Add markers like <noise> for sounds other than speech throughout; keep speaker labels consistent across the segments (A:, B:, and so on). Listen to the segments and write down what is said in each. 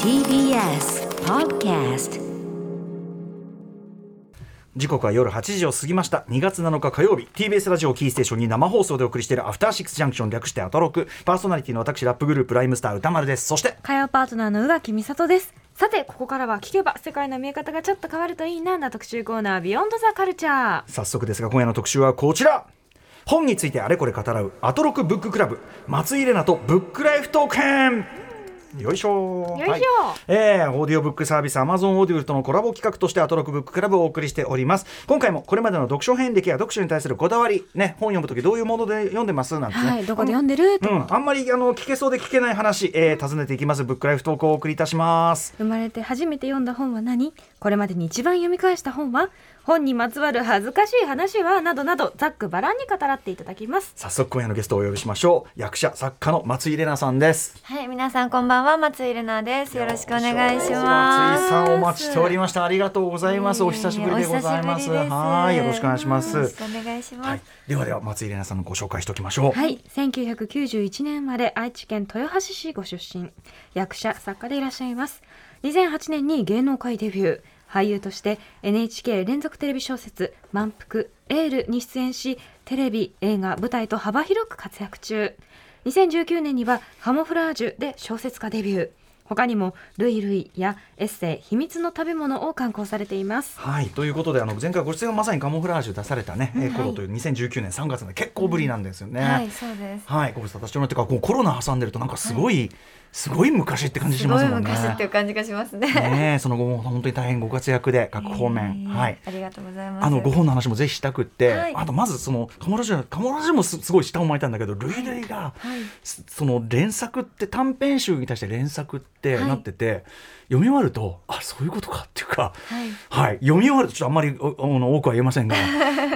A: TBS Podcast
B: 時刻は夜8時を過ぎました2月7日火曜日 TBS ラジオキーステーションに生放送でお送りしているアフターシックスジャンクション略してアトロクパーソナリティの私ラップグループライムスター歌丸ですそして
C: 火曜パートナーの宇垣美里ですさてここからは聞けば世界の見え方がちょっと変わるといいなな特集コーナービヨンドザカルチャー
B: 早速ですが今夜の特集はこちら本についてあれこれ語らうアトロクブッククラブ松井玲奈とブックライフトーク編よいしょ
C: よいしょ
B: はいえーオーディオブックサービス Amazon オーディブルとのコラボ企画としてアトロクブッククラブをお送りしております今回もこれまでの読書遍歴や読書に対するこだわりね本読む時どういうもので読んでますなんてね、
C: はいどこで読んでると
B: うん、あんまりあの聞けそうで聞けない話、えー、尋ねていきます。ブックライフ投稿をお送りいたします。
C: 生まれて初めて読んだ本は何これまでに一番読み返した本は本にまつわる恥ずかしい話はなどなどざっくばらんに語らっていただきます
B: 早速今夜のゲストをお呼びしましょう。役者作家の松井玲奈さんです。
D: はい、皆さんこんばんは、松井玲奈です。よろしくお願いします。
B: 松井さんお待ちしておりました。ありがとうございます。お久しぶりでございま
D: お久し
B: す。
D: ぶりです
B: はい、よろしくお願いしま
D: よろし。
B: す
D: くお願いします。
B: はい、ではでは松井玲奈さんのご紹介しておきましょう。
C: はい1991年生まれ愛知県豊橋市ご出身役者作家でいらっしゃいます2008年に芸能界デビュー俳優として NHK 連続テレビ小説「満腹」「エール」に出演しテレビ映画舞台と幅広く活躍中2019年には「カモフラージュ」で小説家デビュー他にも「ルイルイ」やエッセイ「秘密の食べ物」を刊行されています
B: はいということであの前回ご出演はまさにカモフラージュ出されたね、えー頃という2019年3月の結構ぶりなんですよね。
D: はい、そうです。
B: はい、ご無沙汰してもらってか、こうコロナ挟んでるとなんかすごい、すごい昔って感じし
D: す
B: ま
D: ご
B: す
D: い
B: もんね。
D: 昔っていう感じがしますね。
B: ねえ、その後も本当に大変ご活
D: <laughs>
B: 躍で各方面、
D: えー
B: はい。
D: ありがとうございます。
B: あのご本の話もぜひしたくって、
D: はい
B: あとまずそのカモラジュカモラジュもすすごい下を巻いたんだけど、ルイルイが、すその連作って短編集に対して連作って
D: はい
B: なってて、読み終わるとあそういうことかっていうか、
D: はい
B: はい、読み終わるとちょっとあんまりおあの多くは言えませ
D: <laughs>
B: んが、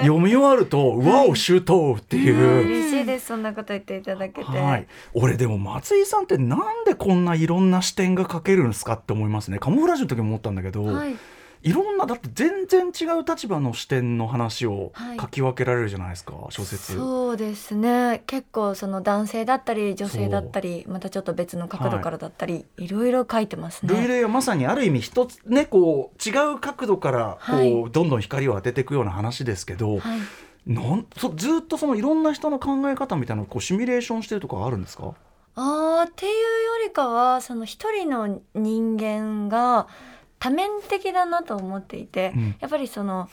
B: 読み終わるとうわお周到っていう。
D: 嬉しいです。そんなこと言っていただけて。
B: はい、俺でも松井さんってなんでこんないろんな視点が書けるんですかって思いますねカモフラージュの時も思ったんだけど、
D: はい
B: い、ろんなだって全然違う立場の視点の話を
D: はい
B: 書き分けられるじゃないですか、小説。
D: そうですね結構その男性だったり女性だったりまたちょっと別の角度からだったり、い、ろいろ書いてますね。
B: ルイレイはまさにある意味一つねこう違う角度からこう、
D: はい
B: どんどん光を当てていくような話ですけど、
D: はい
B: なんそずっとそのいろんな人の考え方みたいなのをこうシミュレーションしてるとかあるんですか
D: あーっていうよりかはその一人の人間が多面的だなと思っていて、
B: うん
D: やっぱりその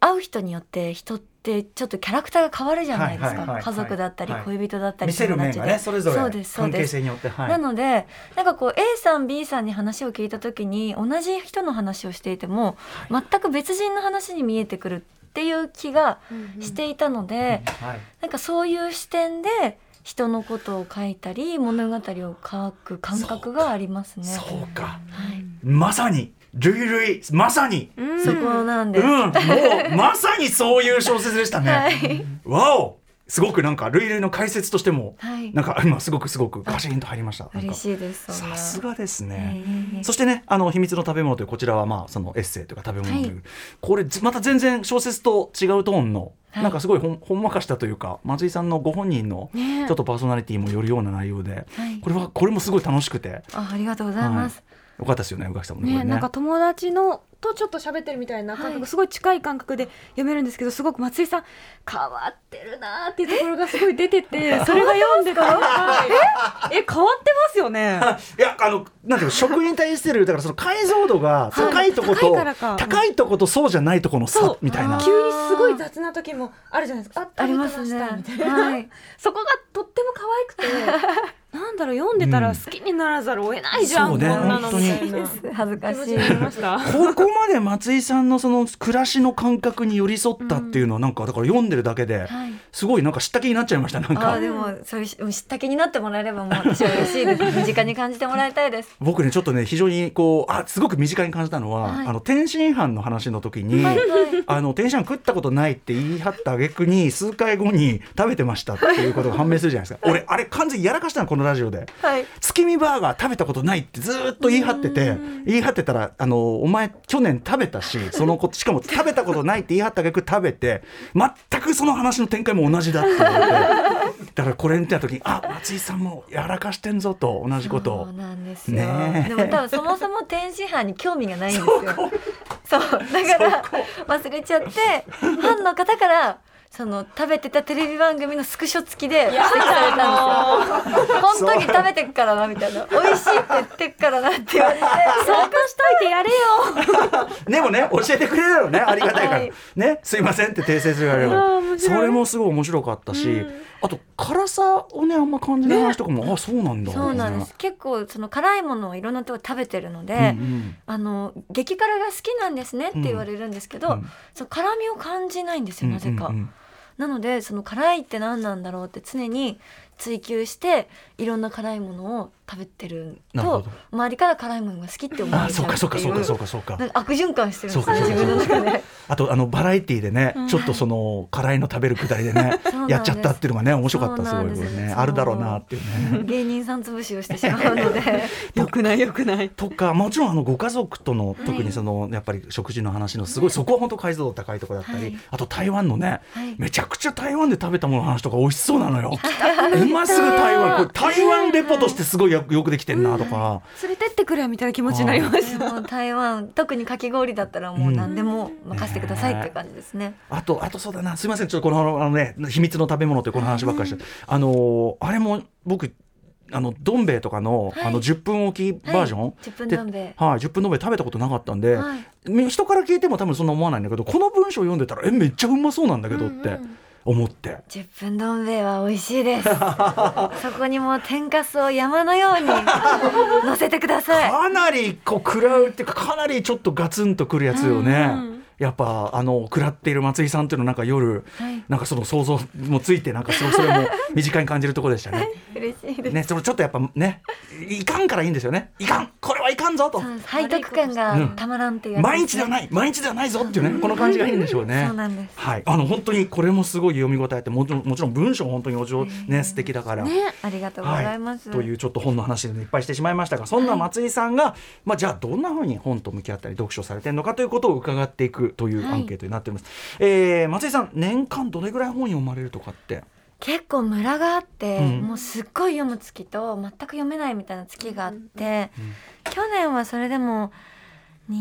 D: 会う人によって人ってちょっとキャラクターが変わるじゃないです
B: はいはいはいは
D: か
B: い
D: 家族だったり
B: はい
D: 恋人だったり
B: 見せる
D: 友
B: 面
D: 達
B: が
D: で、
B: ねそれぞれ
D: そうですそう
B: 関
D: で
B: 係
D: す
B: 性によってはい
D: なのでなんかこう A さん B さんに話を聞いた時に同じ人の話をしていても全く別人の話に見えてくるっていう気がしていたので、
B: はい
D: なんかそういう視点で人のことを書いたり物語を書く感覚がありますね。
B: そうか
D: はい、
B: まさにルイルイまさに
C: うん
D: そこなんです。
B: うん、もうまさにそういう小説でしたね。
D: はい
B: わおすごくなんか、ルイルイの解説としても、
D: はい
B: なんか今すごくすごくガシンと入りました。なんか
D: 嬉しいです。そんな
B: さすがです
D: いえい
B: ね。
D: えいえ
B: そしてね、あの秘密の食べ物というこちらはまあそのエッセイというか食べ物という、
D: は
B: これずまた全然小説と違うトーンの、
D: はい
B: なんかすごいほんほんまかしたというか松井さんのご本人の
C: ね
B: ちょっとパーソナリティもよるような内容で、
D: はい
B: これはこれもすごい楽しくて、
D: あ、ありがとうございます。
B: よかったですよね宇垣さんもねこ
C: ね
B: れ
C: なんか友達のとちょっと喋ってるみたいな感覚、
D: はい
C: すごい近い感覚で読めるんですけどすごく松井さん変わってるなーっていうところがすごい出ててそれが読んでたらはいええ変わってますよね
B: <laughs> いやあのなんていうの食に対するだからその解像度が高いとこ
C: 高い
B: と
C: からか
B: 高いとことそうじゃないとこの
C: そ
B: 差
C: う
B: みたいな
D: あー
C: 急にすごい雑な時もあるじゃないですか
D: ありますね。
C: 食べてしたみたいな
D: はい。
C: そこがとっても可愛くて <laughs> なんだろう読んでたら好きにならざるを得ないじゃん、
B: そうね
C: こんな
B: 本
C: の
B: 当に
C: みたいな気
D: 恥ずかし
C: 持ち
D: い
C: に。なりました
B: ここまで松井さんのその暮らしの感覚に寄り添ったっていうのはなんかだから読んでるだけで
D: はい。
B: すごいなんか知った気になっちゃいましたなん
D: あ
B: か
D: ーでもそれし知った気になってもらえればもう私は嬉しいです身近に感じてもらいたいです
B: 僕ねちょっとね非常にこうあすごく身近に感じたのは、
D: はい
B: あの天津飯の話の時に、あの天津飯食ったことないって言い張った挙句に数回後に食べてましたっていうことが判明するじゃないですか俺あれ完全にやらかしたのこのラジオで。
D: はい
B: 月見バーガー食べたことないってずーっと言い張ってて言い張ってたらあの「お前去年食べ
D: <laughs>
B: たしそのことしかも食べた
D: <laughs>
B: ことないって言い張った逆食べて全くその話の展開も同じだって言われてだからこれ見た時にあ松井さんもやらかしてんぞと同じこと
D: そう
B: を
D: なんですよ、
B: ねえ
D: でも多分そもそも天津飯に興味がないんですよそうだから忘れちゃってファンの方からその食べてたテレビ番組のスクショ付きで指摘されたんですよ。この時食べてっからなみたいな美味しいって言ってっからなって言われて参加しといてやれよ
B: でもね教えてくれる
D: <laughs>
B: よねありがたいから、
D: はい
B: ねすいませんって訂正するから
E: あー面
B: そ
E: 白い
B: れもすごい面白かったし、あと辛さをねあんま感じない話とかも、あそうなんだ
D: そうなんです結構その辛いものをいろんなとこ食べてるので、
B: うんうん
D: あの激辛が好きなんですねって言われるんですけど、
B: うんうん
D: その辛みを感じないんですよなぜか。
B: うんうんうん
D: なのでその辛いって何なんだろうって常に追求していろんな辛いものを食べてる
B: なるほ
D: と
B: ど
D: 周りから辛いものが好きって思わ
B: あ
D: れち
B: そ
D: ゃ
B: う
D: う
B: か
D: って
B: そうか
D: い
B: そうかそう
D: う
B: かそうか
D: なんか悪循環してるん
B: そう
D: です
B: か
D: よ
B: そう
D: 自
B: か
D: 分の
B: そう
D: 中
B: か
D: で。
B: あとあのバラエティでね、ちょっとその辛いの食べるくだりでね
D: <laughs> そうなんです
B: やっちゃったっていうのがね面白かったす
D: そうな
B: ご
D: ん
B: い
D: です
B: これね
D: そう
B: あるだろうなっていうね。
D: 芸人さん潰しをしてしまうので
B: <laughs>
E: よくないよくない
B: とかもちろんあのご家族との特にその、やっぱり食事の話のすごい、そこは本当解像度高いところだったり、
D: はい
B: あと台湾のね、
D: はい
B: めちゃくちゃ台湾で食べたものの話とか美味しそうなのよ。
D: <laughs>
B: 今すぐ台湾これ台湾レポとしてすごいよよくできてんなとか、
E: 連れてってくれみたいな気持ちになりました
D: もう台湾特にかき氷だったらもう何でも任せてくださいっていう感じですね。
B: あとあとそうだなすいませんちょっとこのあのね秘密の食べ物というこの話ばっかりして、あのーあれも僕あのどん兵衛とかの,、
D: はい
B: あの10分おきバージョン、
D: はい10分どん兵衛
B: ではい、10分どん兵衛食べたことなかったんで、
D: はい
B: み人から聞いても多分そんな思わないんだけどこの文章読んでたらえめっちゃうまそうなんだけどって思って、
D: 10分どん兵衛は美味しいです <laughs> そこにもう天かすを山のように
B: <laughs>
D: 乗せてください
B: かなりこう食らうっていうかかなりちょっとガツンとくるやつよね、やっぱあの食らっている松井さんっていうのなんか夜、
D: はい
B: なんかその想像もついてなんかすごいそれも <laughs> 身近に感じるところでしたね。
D: 嬉しいです
B: ね、そのちょっとやっぱねいかんからいいんですよねいかんこれはいかんぞと
D: そうです背徳感がたまらんっていうやつですね
B: 毎日ではない毎日ではないぞっていうねこの感じがいいんでしょうね。
D: そうなんです
B: はい、あの本当にこれもすごい読み応えてもちろんもちろん文章本当にお上ね素敵だから。
D: ありがとうございます、
B: というちょっと本の話でいっぱいしてしまいましたがそんな松井さんが、まあ、じゃあどんなふうに本と向き合ったり読書されてるのかということを伺っていくという
D: はい
B: アンケートになっております、えー松井さん年間どれぐらい本読まれるとかって
D: 結構ムラがあって、
B: うん
D: もうすっごい読む月と全く読めないみたいな月があって、去年はそれでも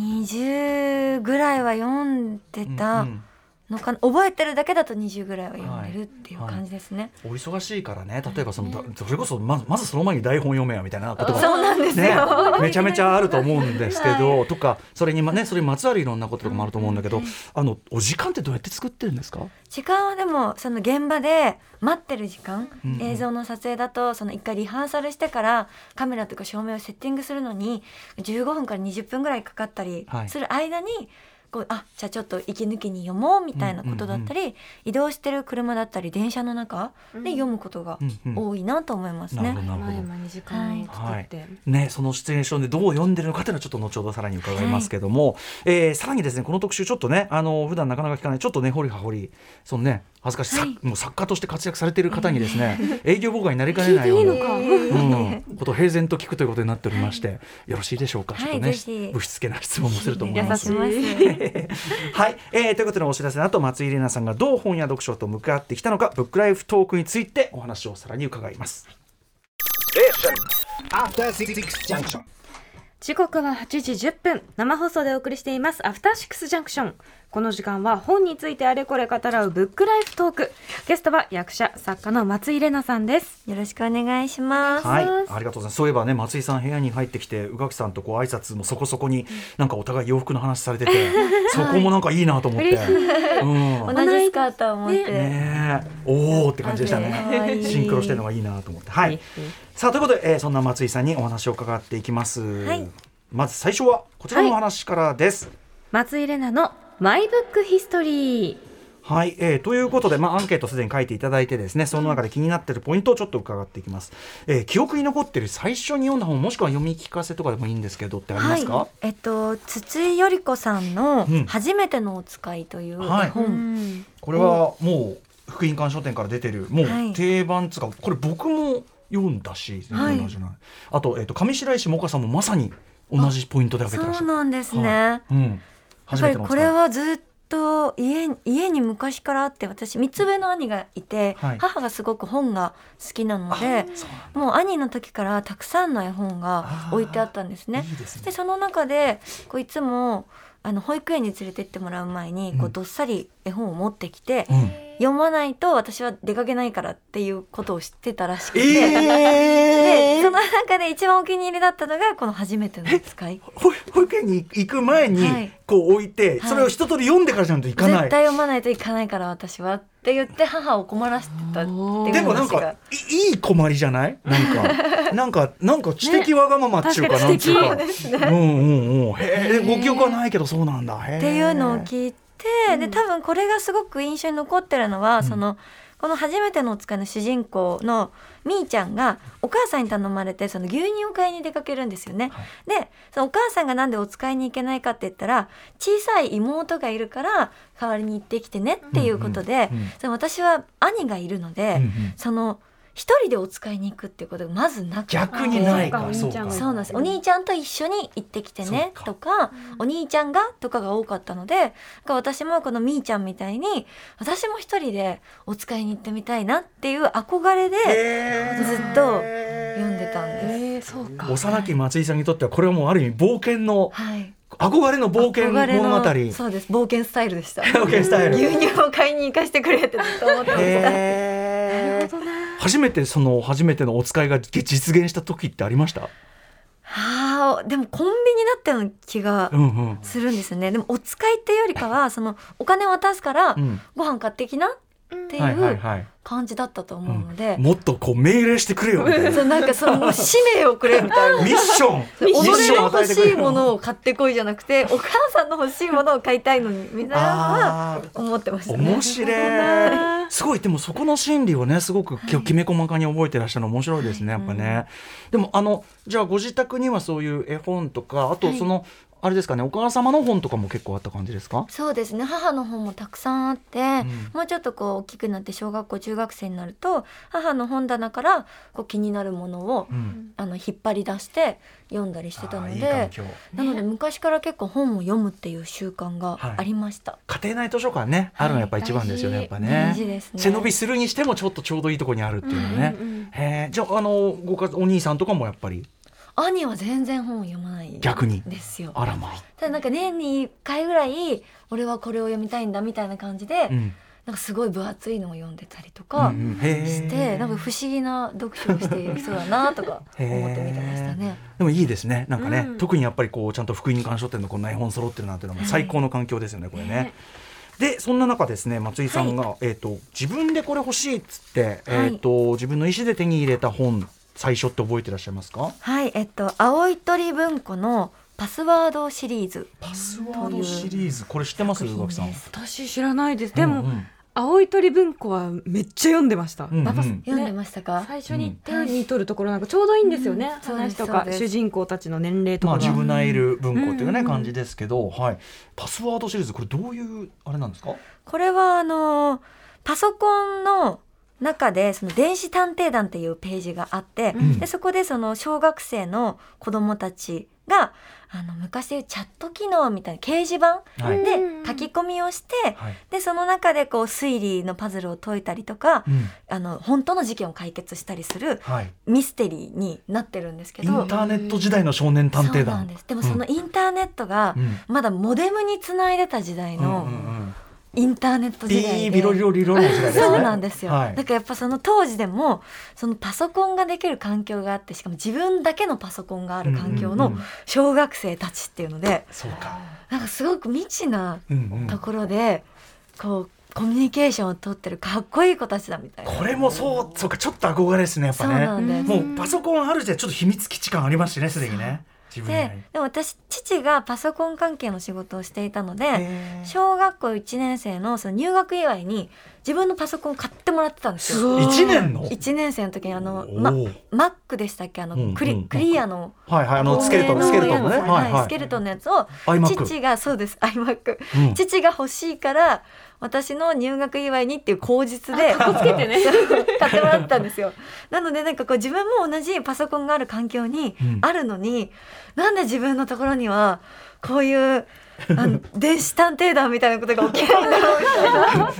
D: 20ぐらいは読んで
B: う
D: た
B: んうん
D: のかな、覚えてるだけだと20ぐらいは読んでるっていう感じですね、
B: お忙しいからね例えばその、だそれこそまずまずその前に台本読めやみたいなことが
D: そうなんですよ、
B: ね、めちゃめちゃあると思うんですけど、とかそれにまねそれにまつわるいろんなこととかもあると思うんだけど、あのお時間ってどうやって作ってるんですか？
D: 時間はでもその現場で待ってる時間、
B: うんうん
D: 映像の撮影だとその一回リハーサルしてからカメラとか照明をセッティングするのに15分から20分ぐらいかかったり
B: はい
D: する間に、こうあじゃあちょっと息抜きに読もうみたいなことだったり、移動してる車だったり電車の中で読むことが多いなと思いますね。
B: なるほどなる
E: 前
B: ほど。
E: 間に時間を作って、
B: ね、そのシチュエーションでどう読んでるのかというのはちょっと後ほどさらに伺いますけども、えーさらにですねこの特集ちょっとねあの普段なかなか聞かないちょっとね掘り葉掘りそのね恥ずかしい、さ
D: はい
B: もう作家として活躍されている方にですね営業妨害になりかねないようなうん、ことを平然と聞くということになっておりまして、よろしいでしょうか、ちょっと
D: は
B: ね
D: いぜひ
B: ぶしつけな質問もすると思い
D: 優
B: ま
D: し
B: す
D: い。ます
B: はい、えーということでお知らせの後松井玲奈さんがどう本や読書と向かってきたのかブックライフトークについてお話をさらに伺います。
C: After Six Junction.
E: 時刻は8時10分生放送でお送りしていますアフターシックスジャンクションこの時間は本についてあれこれ語らうブックライフトークゲストは役者作家の松井玲奈さんです
D: よろしくお願いします。
B: はい、ありがとうございます。そういえばね、松井さん部屋に入ってきて、宇垣さんとこう挨拶もそこそこに、なんかお互い洋服の話されてて、 <laughs> そこもなんかいいなと思って。うん。ね
D: 同じスカートを持って、
B: え、おーって感じでした
D: あ可愛
B: ね。
D: い
B: シンクロしてるのがいいなと思って。はい。さあ、ということで、えーそんな松井さんにお話を伺っていきます。
D: い
B: まず最初はこちらのお話からです。
E: 松井玲奈のマイブックヒストリー
B: はい、えーということで、まあ、アンケートすでに書いていただいてですねその中で気になっているポイントをちょっと伺っていきます、えー記憶に残っている最初に読んだ本もしくは読み聞かせとかでもいいんですけどってありますか、
D: はい、えっと筒井より子さんの
B: うん
D: 「初めてのお使い」という絵
B: はい
D: 本、
B: これはもう福音館書店から出てるもう
D: はい
B: 定番つうかこれ僕も読んだし、
D: はい
B: 同じなあと,、えー、と上白石萌歌さんもまさに同じポイントで挙げてらっし
D: そ
B: ゃ
D: う
B: る
D: なんですね、
B: はいうん、
D: やっ
B: 初
D: ぱ
B: め
D: り
B: てのお
D: こ
B: 使い
D: れはずっと家家に昔からあって私三つ上の兄がいて、
B: はい
D: 母がすごく本が好きなので
B: そうなん
D: もう兄の時からたくさんの絵本が置いてあったんです
B: だ
D: ね
B: い。いです
D: で
B: ね
D: その中でこういつもあの保育園に連れてってもらう前にこ
B: うん
D: うどっさり絵本を持ってきて、
B: うん
D: 読まないと私は出かけないからっていうことを知ってたらしくて、
B: え
D: でその
B: ー
D: 中で一番お気に入りだったのがこの「初めての使い
B: 保保育園に行く前に
D: はい
B: こう置いて、
D: はい
B: それを一通り読んでからじゃないと」行かない
D: 絶対読まないといかないから私はって言って母を困らせてたっていう
B: でもな
D: 話
B: んか
D: が
B: いいい困りじゃないな
D: <laughs>
B: んかなんかなんか知的わがままっていうか
E: ね
B: なんていうかう
E: 確
B: んうんうんへえご記憶はないけどそうなんだっ
D: っていうのを聞いてで多分これがすごく印象に残ってるのは、
B: ん
D: そのこの「初めてのおつかい」の主人公のみーちゃんがお母さんに頼まれてその牛乳を買いに出かけるんですよね。
B: はい
D: でそのお母さんがなんでお使いに行けないかって言ったら小さい妹がいるから代わりに行ってきてねっていうことで、
B: うんうんうん
D: その私は兄がいるので、その一人でお使いに行くっていうことがまずなくて
B: 逆にない
E: あ
B: か
E: ー
B: そう
E: そう
B: か
E: か
D: そうなんですお兄ちゃんと一緒に行ってきてね
B: そうか
D: とかお兄ちゃんがとかが多かったのでなんか私もこのみーちゃんみたいに私も一人でお使いに行ってみたいなっていう憧れで
B: へー
D: ずっと読んでたんです
E: えー、そうか
B: 幼き松井さんにとってはこれはもうある意味冒険の
D: はい
B: 憧れの冒険
D: 憧れの
B: 物語
D: そうです冒険スタイルでした
B: <laughs> 冒険スタイル
D: 牛乳を買いに行かせてくれってずっと思ってました
B: へ
E: なる
B: ー
E: ほどな
B: 初めてその初めてのお使いが実現した時ってありました
D: はあでもコンビニだったような気が
B: うんうん
D: するんですよねでもお使いっていうよりかはそのお金を渡すから
B: うん
D: ご飯買ってきなって
B: はいはいいうはい
D: 感じだったと思うので、
B: もっとこう命令してくれよみたいな
D: そうなんかそのもう使命をくれみ
B: <laughs>
D: たいな。
B: ミッション
D: 己の欲
B: くれ
D: しいものを買ってこいじゃなくて、お母さんの欲しいものを買いたいのにみたいなのは
B: ああ
D: 思ってましたね
B: 面。白いすごいでもそこの心理をねすごくきょきめ細かに覚えてらっしゃるの面白いですねやっぱね、でもあのじゃあご自宅にはそういう絵本とかあとその、あれですかねお母様の本とかも結構あった感じですか
D: そうですね母の本もたくさんあって、
B: ん
D: もうちょっとこう大きくなって小学校中学生になると母の本棚からこう気になるものを、
B: うん
D: あの引っ張り出して読んだりしてたの
B: あ
D: で
B: ーいい環境
D: なので昔から結構本を読むっていう習慣がありました。
B: 家庭内図書館ねあるのがやっぱ一番ですよね、
E: は
B: やっ
E: い
B: ぱ
D: 大事
B: ね
D: ですね
B: 背伸びするにしてもちょっとちょうどいいとこにあるっていうのね、
E: うんうん
B: へえじゃああのご家お兄さんとかもやっぱり
D: 兄は全然本を読まない
B: 逆に
D: ですよ
B: あらまあ、
D: ただなんか年に1回ぐらい俺はこれを読みたいんだみたいな感じで、
B: うん
D: なんかすごい分厚いのを読んでたりとか
B: うんうんへえ
D: して、なんか不思議な読書をしている人だなと
B: <laughs>
D: か思って見てましたね。
B: でもいいですね。なんかね、
E: うん
B: 特にやっぱりこうちゃんと福音館書店のこんな絵本揃ってるなんていうのも最高の環境ですよね。これね。でそんな中ですね松井さんが、えっ、と自分でこれ欲しいっつって、えっ、と自分の意思で手に入れた本最初って覚えてらっしゃいますか？
D: はい、えっと青い鳥文庫のパスワードシリーズ
B: パス
D: ワードシ
B: リーズこれ知ってます宇垣さん。
E: 私知らないですでも、
B: うんうん
E: 青い鳥文庫はめっちゃ読んでました、
B: うんうん
E: また
D: 読んで
E: ね
D: ましたか？
E: 最初に手に取るところなんかちょうどいいんですよね、
D: うん
E: 話と
D: そう
E: か
D: ですそうです
E: 主人公たちの年齢と
B: まあ
E: か
B: 自
E: が、
B: 分のいる文庫というね、
E: うん
B: 感じですけど、はい。パスワードシリーズこれどういうあれなんですか？
D: これはあのパソコンの中でその電子探偵団っていうページがあって、
B: ん
D: でそこでその小学生の子供たちがあの昔でいうチャット機能みたいな掲示板
B: はい
D: で書き込みをして、
B: はい。
D: でその中でこう推理のパズルを解いたりとか、
B: うん
D: あの本当の事件を解決したりする
B: はい。
D: ミステリーになってるんですけ
B: イ
D: ど
B: ンターネット時代の少年探
D: そう
B: 偵
D: なん
B: 団
D: で。すでもそのインターネットが
B: うん
D: まだモデムにつないでた時代の
B: ん。
D: インターネット時代で。
B: ビービロリロリロリの時代ですね。
D: そうなんですよ、
B: はい
D: だからやっぱその当時でもそのパソコンができる環境があってしかも自分だけのパソコンがある環境
B: うん
D: の
B: うんうん
D: 小学生たちっていうので
B: そうか。
D: なんかすごく未知な
B: うんうん
D: ところでこうコミュニケーションを取ってるかっこいい子たちだみたいな。
B: これもそう、そうか、ちょっと憧れですね、やっ
D: そうな
B: ぱ
D: ん
B: ね。
D: です
B: もうパソコンあるじゃ、ちょっと秘密基地感ありますしね、すでにね。自分
D: で
B: に。
D: でも私父がパソコン関係の仕事をしていたので
B: へー
D: 小学校1年生のその入学祝いに自分のパソコン買ってもらってたんですよ。
B: 一年の。
D: 1年生の時にあの、
B: お
D: ま、
B: ー
D: マックでしたっけあの、
B: うん
D: ク
B: うん
D: リクリアの
B: はいはい、あの、スケルトン、スケルトンのね。はい
D: はい
B: は
D: スケ
B: い。
D: ルトンのやつを
B: iMac
D: 父がそうですアイマック
B: うん
D: 父が欲しいから私の入学祝いにっていう口実でつけてね <laughs> 買ってもらったんですよなのでなんかこう自分も同じパソコンがある環境に
B: うん
D: あるのに、なんで自分のところにはこういうあ
B: <laughs>
D: の電子探偵団みたいなことが起きるんだろうみ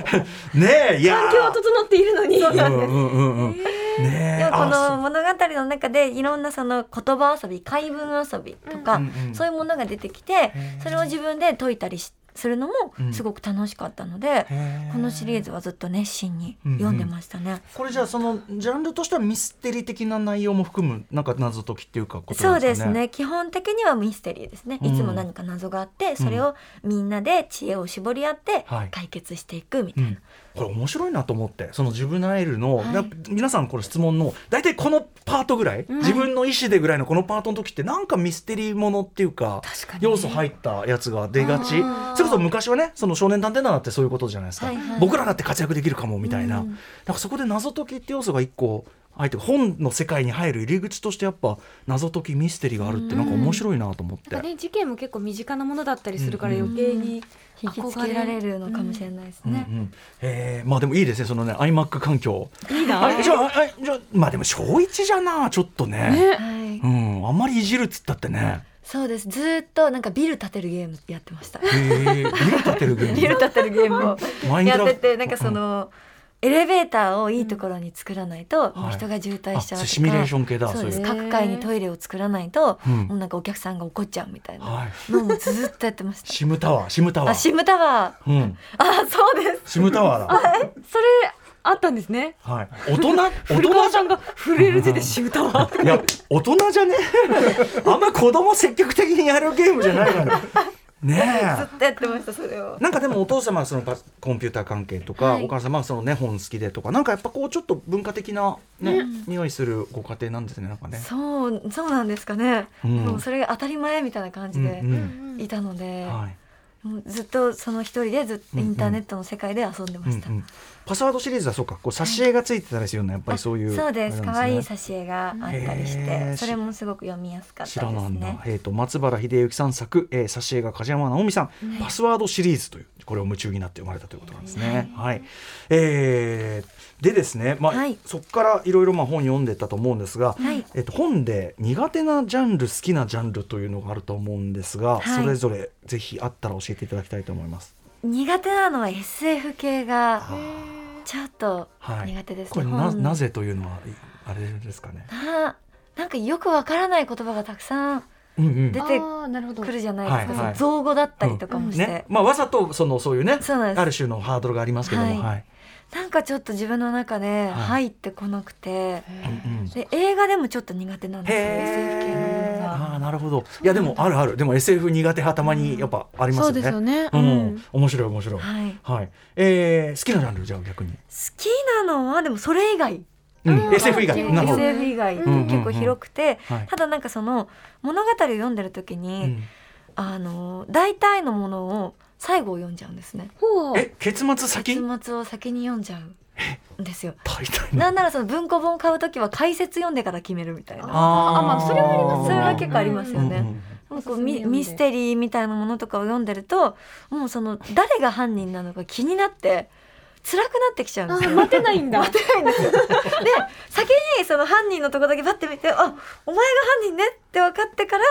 D: たいな
B: ねえいや
C: 環境は整っているのに。
B: ーうんうんうんうんね <laughs>
D: で
B: え
D: もこ
B: あ
D: の物語の中でいろんなその言葉遊び怪文遊びとか、
B: うんうん
D: そういうものが出てきて
B: ー
D: それを自分で解いたりしするのも
B: うん
D: すごく楽しかったので、このシリーズはずっと熱心に読んでましたね。
B: これじゃあそのジャンルとしてはミステリー的な内容も含むなんか謎解きっていうかこと
D: そ
B: な
D: うん
B: で
D: ですす
B: かね。
D: ね基本的にはミステリーですね、
B: うん
D: いつも何か謎があってそれをみんなで知恵を絞り合って
B: はい
D: 解決していくみた
B: う
D: いな、
B: ん、これ面白いなと思ってそのジュブナイルの、
D: はい
B: やっぱ皆さんこれ質問の大体このパートぐらい、自分の意思でぐらいのこのパートの時ってなんかミステリーものっていうか
D: 確かにね
B: 要素入ったやつが出がち
D: あー
B: それこそ昔はねその少年探偵団だってそういうことじゃないですか、
D: はいはい
B: 僕らだって活躍できるかもみたいな,、
D: うん
B: なんかそこで謎解きって要素が一個入って本の世界に入る入り口としてやっぱ謎解きミステリーがあるってなんか面白いなと思って。
C: なんかね事件も結構身近なものだったりするから
B: うん
C: 余計に
D: 引きつけられるのかもしれないです
B: うんう
D: ね。
B: んえーまあでもいいですねそのね iMac 環境
C: いい
B: あじゃああじゃあまあでも小一じゃなちょっとね
C: ね。
D: はい
B: うん、あんまりいじるっつったってね
D: そうですずーっとなんかビル建てるゲームやってました
B: へえ色立てるゲ
D: <laughs> ビ
B: ー
D: ル建てるゲーム
B: マ
D: を
B: インクラ
D: や
B: フ
D: っ
B: ト
D: ててなんかその、エレベーターをいいところに作らないと
B: はい
D: 人が渋滞
B: ム
D: しちゃうとか、
B: あシミュレーション系だ
D: そう
B: そう
D: です
B: いう
D: 各階にトイレを作らないと、
B: うん
D: もうなんかお客さんが怒っちゃうみたいな
B: はい
D: のもずーっとやってま
B: <laughs>
D: した
B: シムタワーシムタワ
D: あ
B: ー
D: シムタワ
B: うん
D: ーあそうです
B: シムタワーだ
C: それあったんですね。
B: はい大人大
C: 古
B: 人
C: 川
B: じ
C: さんが震える字でシムタワー。
B: ゃんいや大人じゃねあんま子供積極的にやるゲームじゃないから
D: ずっ
B: ねえ
D: とやってましたそれを
B: なんかでもお父様はそのパコンピューター関係とか、
D: はい
B: お母様はそのね本好きでとかなんかやっぱこうちょっと文化的なね、匂いするご家庭なんですねなんかね。
D: そうそうなんですかね、
B: うん
D: もうそれが当たり前みたいな感じで
B: うんうん
D: いたので、
B: はい
D: もうずっとその一人でずっとインターネットの世界で遊んでました、
B: うんうんパスワードシリーズはそうかこう挿絵がついてたりするよねやっぱりそういう
D: そうです可愛い
B: 写
D: 挿絵があったりし
B: へー
D: てそれもすごく読みやすかっ
B: 知
D: た
B: ら
D: で
B: な
D: す
B: んだ
D: ね、
B: えー、と松原秀幸さん作、えー、挿絵が梶山直美さん、パスワードシリーズというこれを夢中になって生まれたということなんですね。はいえーでですね、まあ
D: はい
B: そこからいろいろまあ本読んでたと思うんですが、
D: はい
B: えっと本で苦手なジャンル好きなジャンルというのがあると思うんですが、
D: はい
B: それぞれぜひあったら教えていただきたいと思います。
D: 苦手なのは SF 系
B: あ
D: が
B: ー
D: ちょっと
B: はい
D: 苦手です
B: こ
D: ね、
B: れな
D: 本
B: なぜというのはあれですかね。
D: ななんかよくわからない言葉がたくさん
B: うんうん
D: 出て
C: ああなるほど
D: くるじゃないですか、
B: はいはい
D: その造語だったりとかもして、
B: ねまあ、わざとそのそういうね
D: そうなんです
B: ある種のハードルがありますけども、は
D: はいいなんかちょっと自分の中で入ってこなくて、
B: うんうん
D: で映画でもちょっと苦手なんですよ SF 系のもの
B: へー
D: が。
B: あーなるほどいやでもあるあるでも SF 苦手派たまにやっぱありますよ
C: そう
B: ね。
C: ですよね。
B: う
C: うんん。
B: 面白い面白い、
D: はい、好
B: はいえー、好きなジャンルじゃあ逆に、
D: きなのはでもそれ以外
B: うん SF 以外
C: うん
B: なるほど、
D: SF 以外って
B: うん
D: 結構広くて、
B: はい
D: ただなんかその物語を読んでる時
B: う
D: に、
B: ん
D: あの大体のものを最後を読んじゃうんですね
C: ほう。
B: え結末先
D: 結末を先に読んじゃうんですよ
B: 大体
D: なんならその文庫本買う時は解説読んでから決めるみたいな
B: あ
C: あまあそれはありま
D: そ
C: すー
D: れは
C: ね
D: 結構ありますよね、
B: うんうん
D: もうこうミミステリーみたいなものとかを読んでるともうその誰が犯人なのか気になって辛くなってきちゃうん
C: あ
D: です
C: ー
D: よ。
C: 待てないんだ。
D: 待てないんです <laughs> よで先にその犯人のとこだけパッて見てあお前が犯人ねって分かってから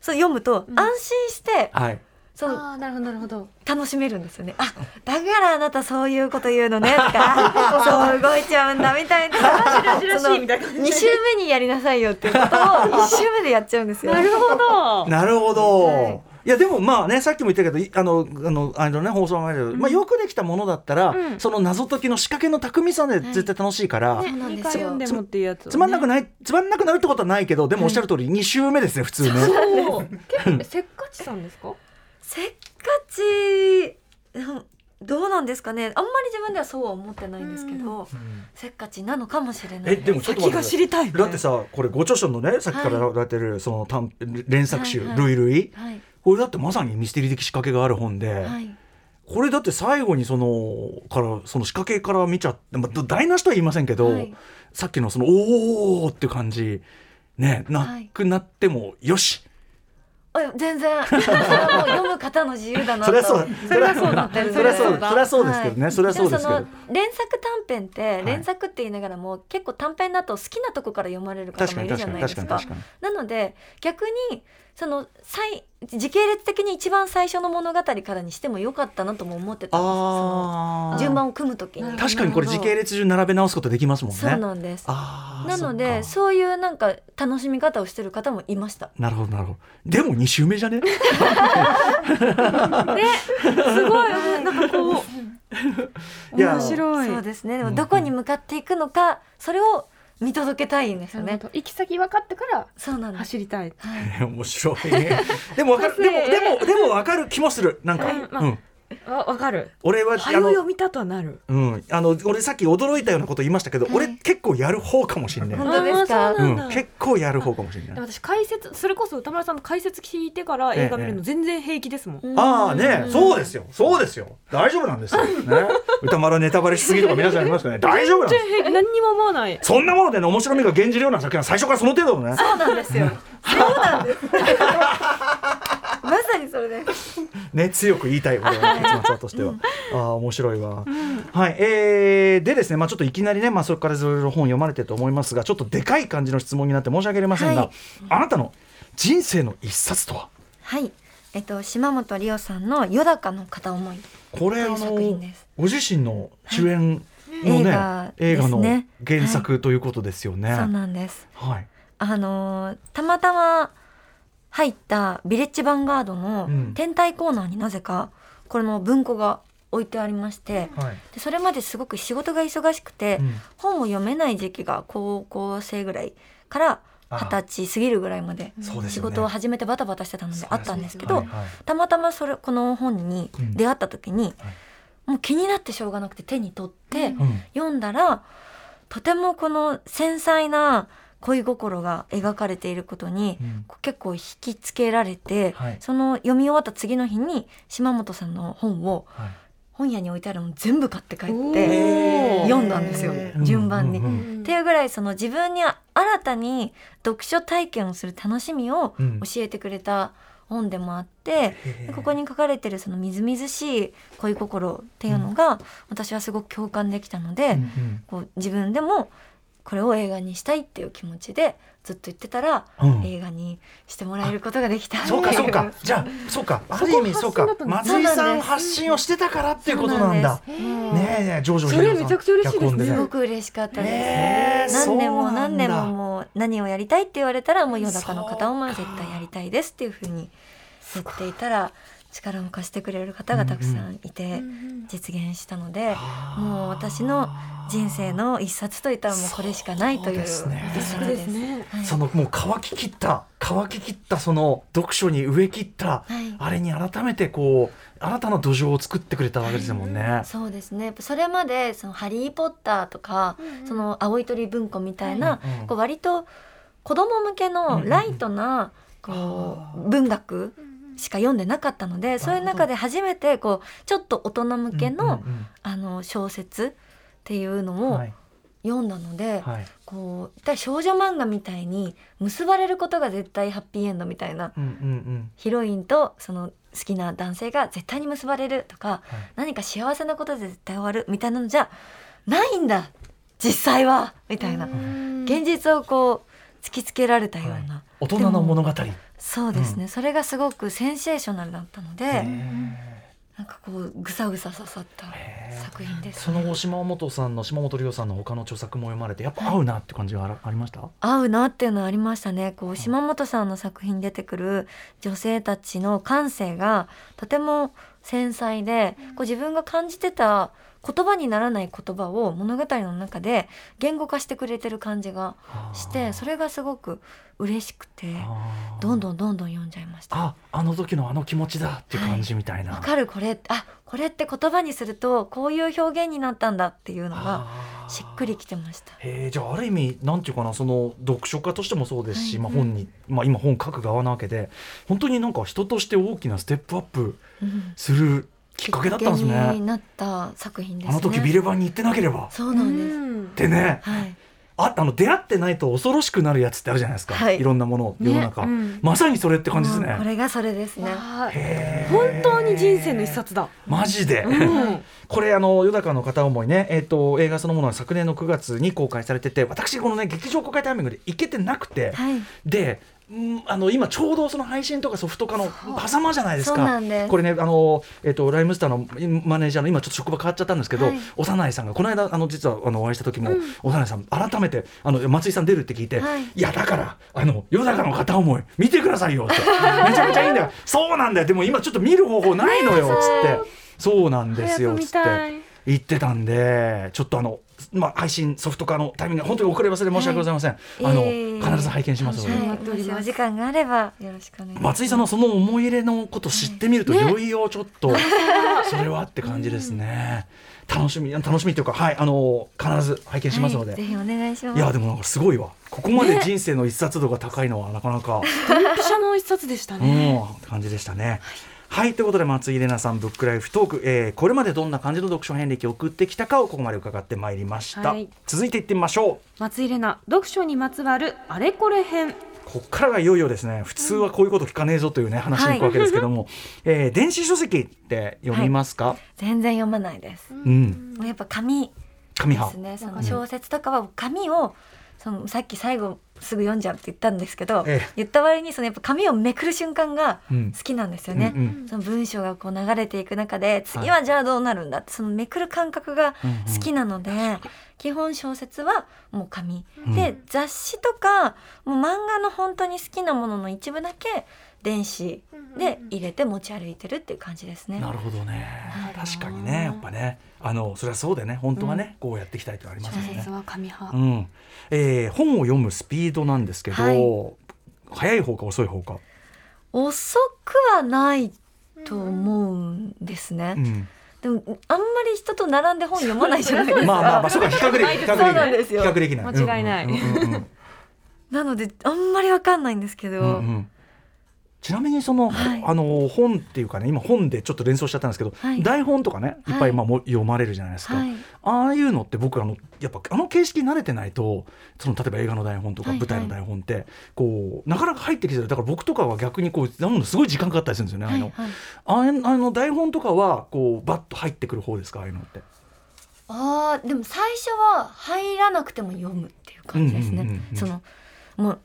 D: そう読むと
C: うん
D: 安心して、
B: はい
D: その
C: ああなるほどなるほど。
D: 楽しめるんですよね。あだからあなたそういうこと言う
C: <laughs>
D: のねとかそう動いちゃうんだみたいな
C: らじらしい
D: その
C: みたいな
D: 二週目にやりなさいよっていうことを1週目
C: <laughs>
D: でやっちゃうんですよ。
C: なるほど。
B: なるほど。
D: はい
B: いやでもまあねさっきも言ったけどいあのあのあのね放送の前で、まあよくできたものだったら、
C: うん
B: その謎解きの仕掛けの巧みさで絶対楽しいから、
D: ねそうなんで
C: 二
D: すよ
C: 回読んでもっていうやつをね。
B: つまんなくないつまんなくなるってことはないけどでもおっしゃる通り2週目ですね普 <laughs> 通ね。
C: そう。結構せっかちさ
B: <laughs>
C: んですか？
D: せっかちうんどうなんですかねあんまり自分ではそうは思ってないんですけど、せっかちなのかもしれない
B: えでもちょっと待って
D: 先が知りたい
B: だってさこれご著書のねさっきから
D: は
B: 出てるその短連作集
D: は
B: 「
D: いはい
B: ルイルイ
D: はい」
B: これだってまさにミステリー的仕掛けがある本で、
D: はい
B: これだって最後にそのからその仕掛けから見ちゃって、まあ、ど台無しとは言いませんけど、
D: はい
B: さっきのその「おお!」って感じね
D: は
B: ないくなってもよし、
D: あ全然 <laughs> それはもう読む方の自由だな
B: そ
D: と
B: りゃそうそりゃそうだ
D: そりゃそうだ
B: そりゃそうだそりゃそうですけどね、
D: はい
B: そりゃそうですけ
D: でも
B: ど
D: その連作短編って連作って言いながらも、結構短編だと好きなとこから読まれる方
B: 確
D: も
B: か
D: い
B: に
D: る
B: 確
D: じゃ
B: か
D: ないで
B: に確
D: す
B: か
D: か
B: に確かに
D: なので逆にその最時系列的に一番最初の物語からにしてもよかったなとも思ってたんですそ
B: あ
D: の
B: あ
D: 順番を組む時
C: なる
D: に
C: ほど
B: 確かにこれ時系列順並べ直すことできますもんね
D: そうなんです
B: あー
D: なので
B: そっか
D: そういうなんか楽しみ方をしてる方もいました
B: なるほどなるほどでも2週目じゃね
C: すごいなんかこう
B: いや
C: 面白い
D: そうですねでもどこに向かっていくのかそれを見届けたいんですよ
C: なる
D: ね
C: ほど行き先分かってから
D: そうなんです
C: 走りたい
B: 面白いねでもわかるでもでもでもわかる気もするなんか、
C: うんまあ
B: うん、
C: わ分かる
B: 俺はあ
C: 早
B: の
C: を見たとはなる
B: うん、あの俺さっき驚いたようなこと言いましたけど、俺結構やる方かもしれない、
D: 本当ですか
C: あーそううなんんだ、
B: 結構やる方かもしれ
C: で
B: ない
C: 私解説それこそ歌丸さんの解説聞いてから映画見る
B: ええ
C: の全然平気ですもん、
D: うん
B: ああね、そうですよそうですよ大丈夫なんですよ、ね、歌丸ネタバレしすぎとか皆さん言いますけどね大丈夫なんです
C: 全然平気何にも思わない
B: そんなものでね面白みが減じるような作品は最初からその程度のね
D: そうなんですよそうなんですまさにそれです
B: ね強く言いた
D: <laughs>
B: い俺は結末はとしては、ああ面白いわ、はいえー、でですねまあちょっといきなりねまあそれからいろいろ本読まれてると思いますがちょっとでかい感じの質問になって申し訳ありませんが、
D: はい
B: あなたの人生の一冊とは
D: はいえっと島本理央さんの「よだかの片思い」
B: これあ
D: という作
B: の
D: 品です
B: ご自身の主演のね、
D: はい
B: 映
D: 映
B: 画
D: 画
B: の
D: ですね
B: 原作ということですよね。
D: そうなんです
B: はい。
D: あのーたまたま入ったビレッジヴァンガード
B: う
D: の
B: ん
D: 天体コーナーになぜかこれの文庫が置いてありまして
B: はい。
D: でそれまですごく仕事が忙しくて
B: うん
D: 本を読めない時期が高校生ぐらいから
B: あ
D: 二十歳過ぎるぐらいまで
B: そうです
D: 仕
B: よね
D: 事を始めてバタバタしてたのであったんですけ
B: は
D: ど
B: いはい
D: たまたまそれこの本に出会った時に
B: はい
D: もう気になってしょうがなくて手に取って
B: うん
D: 読んだらとてもこの繊細な恋心が描かれていることに
B: うん
D: 結構引きつけられて、
B: はい
D: その読み終わった次の日に島本さんの本を
B: はい
D: 本屋に置いてあるのを全部買って帰っ
C: お
D: て
C: ー
D: 読んだんですよ
B: うん
D: 順番に。
B: うんうん
D: っていうぐらいその自分に新たに読書体験をする楽しみを
B: うん
D: 教えてくれた本でもあって、
B: へー
D: ここに書かれてるそのみずみずしい恋心っていうのが私はすごく共感できたので、
B: うんうん
D: こう自分でもこれを映画にしたいっていう気持ちでずっと言ってたら、
B: うん
D: 映画にしてもらえることができた
B: そうかそうかじゃあそうかある意味そうか
C: そこ発
B: 松
D: 信だったんです
B: 井さん発信をしてたからっていうことなんだ。
C: うん
B: ねえねえジョジョ
C: それめちゃくちゃ嬉しいですね
D: すごく嬉しかったです、
B: ねえ
D: 何年も
B: そうなん
D: 何
B: だ
D: 年ももう何をやりたいって言われたらもう夜中の片思いは絶対やりたいですっていうふうに言っていたら力を貸してくれる方がたくさんいて実現したので、もう私の人生の一冊といったらもうこれしかないという一
B: そ
D: 冊
B: うで
D: ですす。
C: そうですね
D: はい
B: そのもう乾ききった乾ききったその読書に植え切った、
D: はい
B: あれに改めてこう新たな土壌を作ってくれたわけですもんね。
D: そうですねやっぱそれまでその「ハリー・ポッター」とか、その「青い鳥文庫」みたいな、
B: うんうん
D: こう割と子供向け
B: うんうん
D: の
B: うん
D: ライトなこ
B: あ
D: う文学しか読んでなかったのでそういう中で初めてこうちょっと大人向けの,、
B: うんうん
D: あの小説っていう
B: うん
D: のを
B: はい
D: 読んだので、
B: はい
D: こうだから少女漫画みたいに結ばれることが絶対ハッピーエンドみたいな
B: うんうん
D: ヒロインとその好きな男性が絶対に結ばれるとか、何か幸せなことで絶対終わるみたいなのじゃないんだ実際はみたいな、現実をこう突きつけられたよ
B: うんは
D: う
B: い
D: な、
B: 大人の物語。
D: そうですね、それがすごくセンセーショナルだったので、
B: へ
D: なんかこうぐさぐさ刺さった
B: え
D: 作品です
B: その後島本さんの島本龍さんの他の著作も読まれてやっぱ合うなって感じがあらありました、
D: 合うなっていうのはありましたねこう島本さんの作品に出てくる女性たちの感性がとても繊細でこう自分が感じてた言葉にならない言葉を物語の中で言語化してくれてる感じがしてそ
B: れ
D: れがすごく嬉しくてどん
B: ん
D: どんどんどん読んじゃいました。
B: ああの時のあの気持ちだっていう感じみたいな。
D: わかるこれあこれって言葉にするとこういう表現になったんだっていうのが
B: あー
D: しっくりきてました。
B: へえじゃあある意味なんていうかなその読書家としてもそうですし、まあ、本に、まあ、今本書く側なわけで本当になんか人として大きなステップアップ
D: うん
B: するきっかけだったんですね
D: きっかけになった作品ですね。
B: あの時ビレバンに行ってなければ
D: そうなんです。
B: でね
D: はい。
B: ああの出会ってないと恐ろしくなるやつってあるじゃないですか、
D: はい
B: いろんなもの世の中、
C: ねうん
B: まさにそれって感じです
D: もうこ
B: ね
D: れがそれですね。
C: わあ
B: へえ
C: 本当に人生の一冊だ、
B: マジで、
C: うん
B: これあの「よだかの片思いね」えっと映画そのものは昨年の9月に公開されてて私このね劇場公開タイミングで行けてなくて、
D: はい。
B: でうんあの今ちょうどその配信とかソフト化の狭間じゃないです
D: そう
B: か
D: なんです
B: これねあの、えっとライムスターのマネージャーの今ちょっと職場変わっちゃったんですけど、
D: はい
B: 幼いさんがこの間あの実はあのお会いした時も、幼いさん改めてあの松井さん出るって聞いて、
D: はい
B: い、やだからあの世の中の片思い見てくださいよって
D: <laughs>
B: めちゃめちゃいいんだよそうなんだよでも今ちょっと見る方法ないのよつってそうなんですよ
C: 早
B: つ
C: く見
B: って
C: たい
B: 言ってたんでちょっとあの、まあ、配信ソフト化のタイミング本当に遅ればせで申し訳ございません、あの
D: いえいえ
B: 必ず拝見しますので。
D: はい、もしお時間があればよろしくお願いします。
B: 松井さんのその思い入れのこと知ってみると、いよいよちょっと、
D: <laughs>
B: それはって感じですね。楽しみ、楽しみというか、はい、あの、必ず拝見しますの
D: は
B: で。
D: い、ぜ
B: い、
D: ひお願いします。
B: や、でも、なんかすごいわ。ここまで人生の一冊度が高いのは、なかなか、
C: 記者の一冊でした
B: う
C: ね。
B: ん、って感じでしたね。はい、ということで、松井玲奈さん、ブックライフトーク、えーこれまでどんな感じの読書遍歴を送ってきたかを、ここまで伺ってまいりました。
C: はい
B: 続いていってみましょう。
E: 松井玲奈読書にまつわるあれこれ編
B: こっからがいよいよですね普通はこういうこと聞かねえぞというね話に行くわけですけども、 <laughs> えー電子書籍って読みますか、
D: 全然読まないです。も
B: うん
D: うやっぱ紙
B: 紙
D: で
B: 派
D: すね。その小説とかは紙をそのさっき最後すぐ読んじゃうって言ったんですけど、
B: ええ
D: 言った割にそのやっぱ紙をめくる瞬間が
B: うん
D: 好きなんですよね。
B: うんうん
D: その文章がこう流れていく中で次はじゃあどうなるんだってそのめくる感覚が好きなので、基本小説はもう紙、
B: うん
D: で雑誌とかもう漫画の本当に好きなものの一部だけ電子で入れて持ち歩いてるっていう感じですね。
B: なるほどね確かにねやっぱねあのそれはそうでね本当はね、こうやっていきたいというのはありますよ
C: 小説
B: ね、
C: は紙派
B: う。んえー本を読むスピードなんですけど、
D: はい
B: 早い方か遅い方か、
D: 遅くはないと思うんですね。 <laughs>
B: うん、
D: でもあんまり人と並んで本読まないじゃないです
B: ま
D: か。
B: あまあまあそうか比較でき比較でき
D: そうなんですよ
B: 比較できない
C: 間違いない
B: うんうんうんうん
D: なのであんまりわかんないんですけど、
B: うんうんちなみにその、
D: はい
B: あの本っていうかね今本でちょっと連想しちゃったんですけど、
D: はい
B: 台本とかねいっぱ
D: はいい
B: まあも読まれるじゃないですか、
D: はい
B: ああいうのって僕あのやっぱあの形式に慣れてないとその例えば映画の台本とか
D: はいはい
B: 舞台の台本って、こうなかなか入ってきてるだから僕とかは逆にこう読むのすごい時間かかったりするんですよね、
D: はいは
B: あ
D: い
B: あいうのああいうあの台本とかはこうバッと入ってくる方ですかああいうのって。
D: あーでも最初は入らなくても読むっていう感じですね。
B: うんうんうんうん
D: そのもう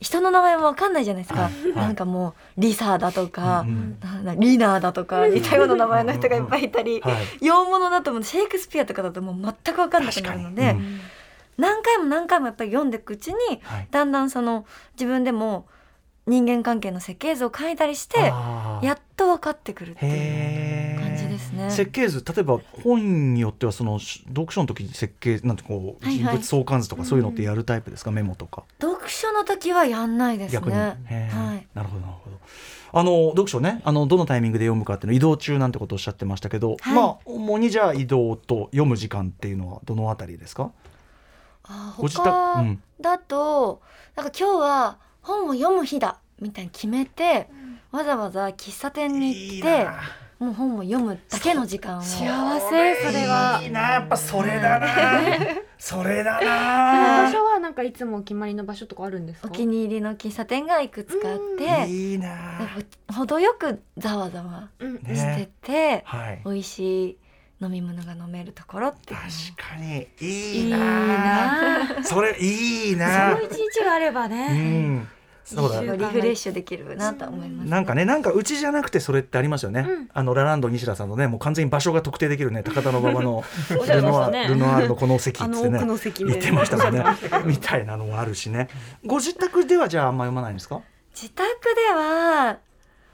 D: 人の名前もわかんないじゃないですか。
B: はい
D: なんかもうリサだとか、
B: うんうん
D: ななリーナーだとか似たような名前の人がいっぱいいたり、
B: はい
D: 洋物だともうシェイクスピアとかだともう全くわかんなくなるので、
B: 確かに
D: 何回も何回もやっぱり読んでいくうちに、
B: はい
D: だんだんその自分でも人間関係の設計図を書いたりして
B: あー
D: やっと分かってくるっていう
B: へー
D: 感じですね。
B: 設計図例えば本によってはそのし読書の時に設計なんてこう
D: はい
B: 人
D: はい
B: 物相関図とかそういうのってやるタイプですか、メモとか
D: 読書の時はやんないです
B: 逆に、
D: ね。
B: へー
D: はい。
B: なるほどなるほどあの読書ねあのどのタイミングで読むかっていうの移動中なんてことをおっしゃってましたけど、
D: はい
B: まあ主にじゃあ移動と読む時間っていうのはどのあたりですか
D: あ
B: ご自宅う
D: 他
B: ん
D: だと、なんか今日は本を読む日だみたいに決めて、わざわざ喫茶店に行ってもう本を読むだけの時間を。
C: 幸せそれは。
B: いいなやっぱそれ
D: <laughs>
B: だなそれだな
C: 場所はなんかいつもお決まりの場所とかあるんです
D: お
C: か。
D: 気に入りの喫茶店がいくつかあって、や
B: いいな
D: っぱ程よくざわざわ
C: うん
D: して
B: ね
D: て、
B: はい
D: 美味しい飲み物が飲めるところっていうのも
B: 確かにい
C: い
B: い
C: い
B: な
C: なあ。
B: それいい
C: そ
B: な
C: の一日があれば
B: う
C: ね。
B: んそうだ
C: いい
D: リフレッシュできるなと思います。
B: なんかねなんかうちじゃなくてそれってありますよね、
C: うん
B: あのラランド西田さんのねもう完全に場所が特定できるね高田馬場の
C: おっしゃっ
B: ル
C: てまし
B: ノ
C: た
B: ア、
C: ね
B: ルノアールのこの席っ
C: あ
B: つ
C: の
B: ってね
C: 奥の席で
B: 言ってましたもんねみたいなのもあるしねご自宅ではじゃああんま読まないんですか、
D: 自宅では